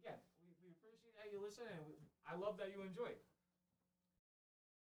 E: Again, we, we appreciate how you listen, and we, I love that you enjoy it.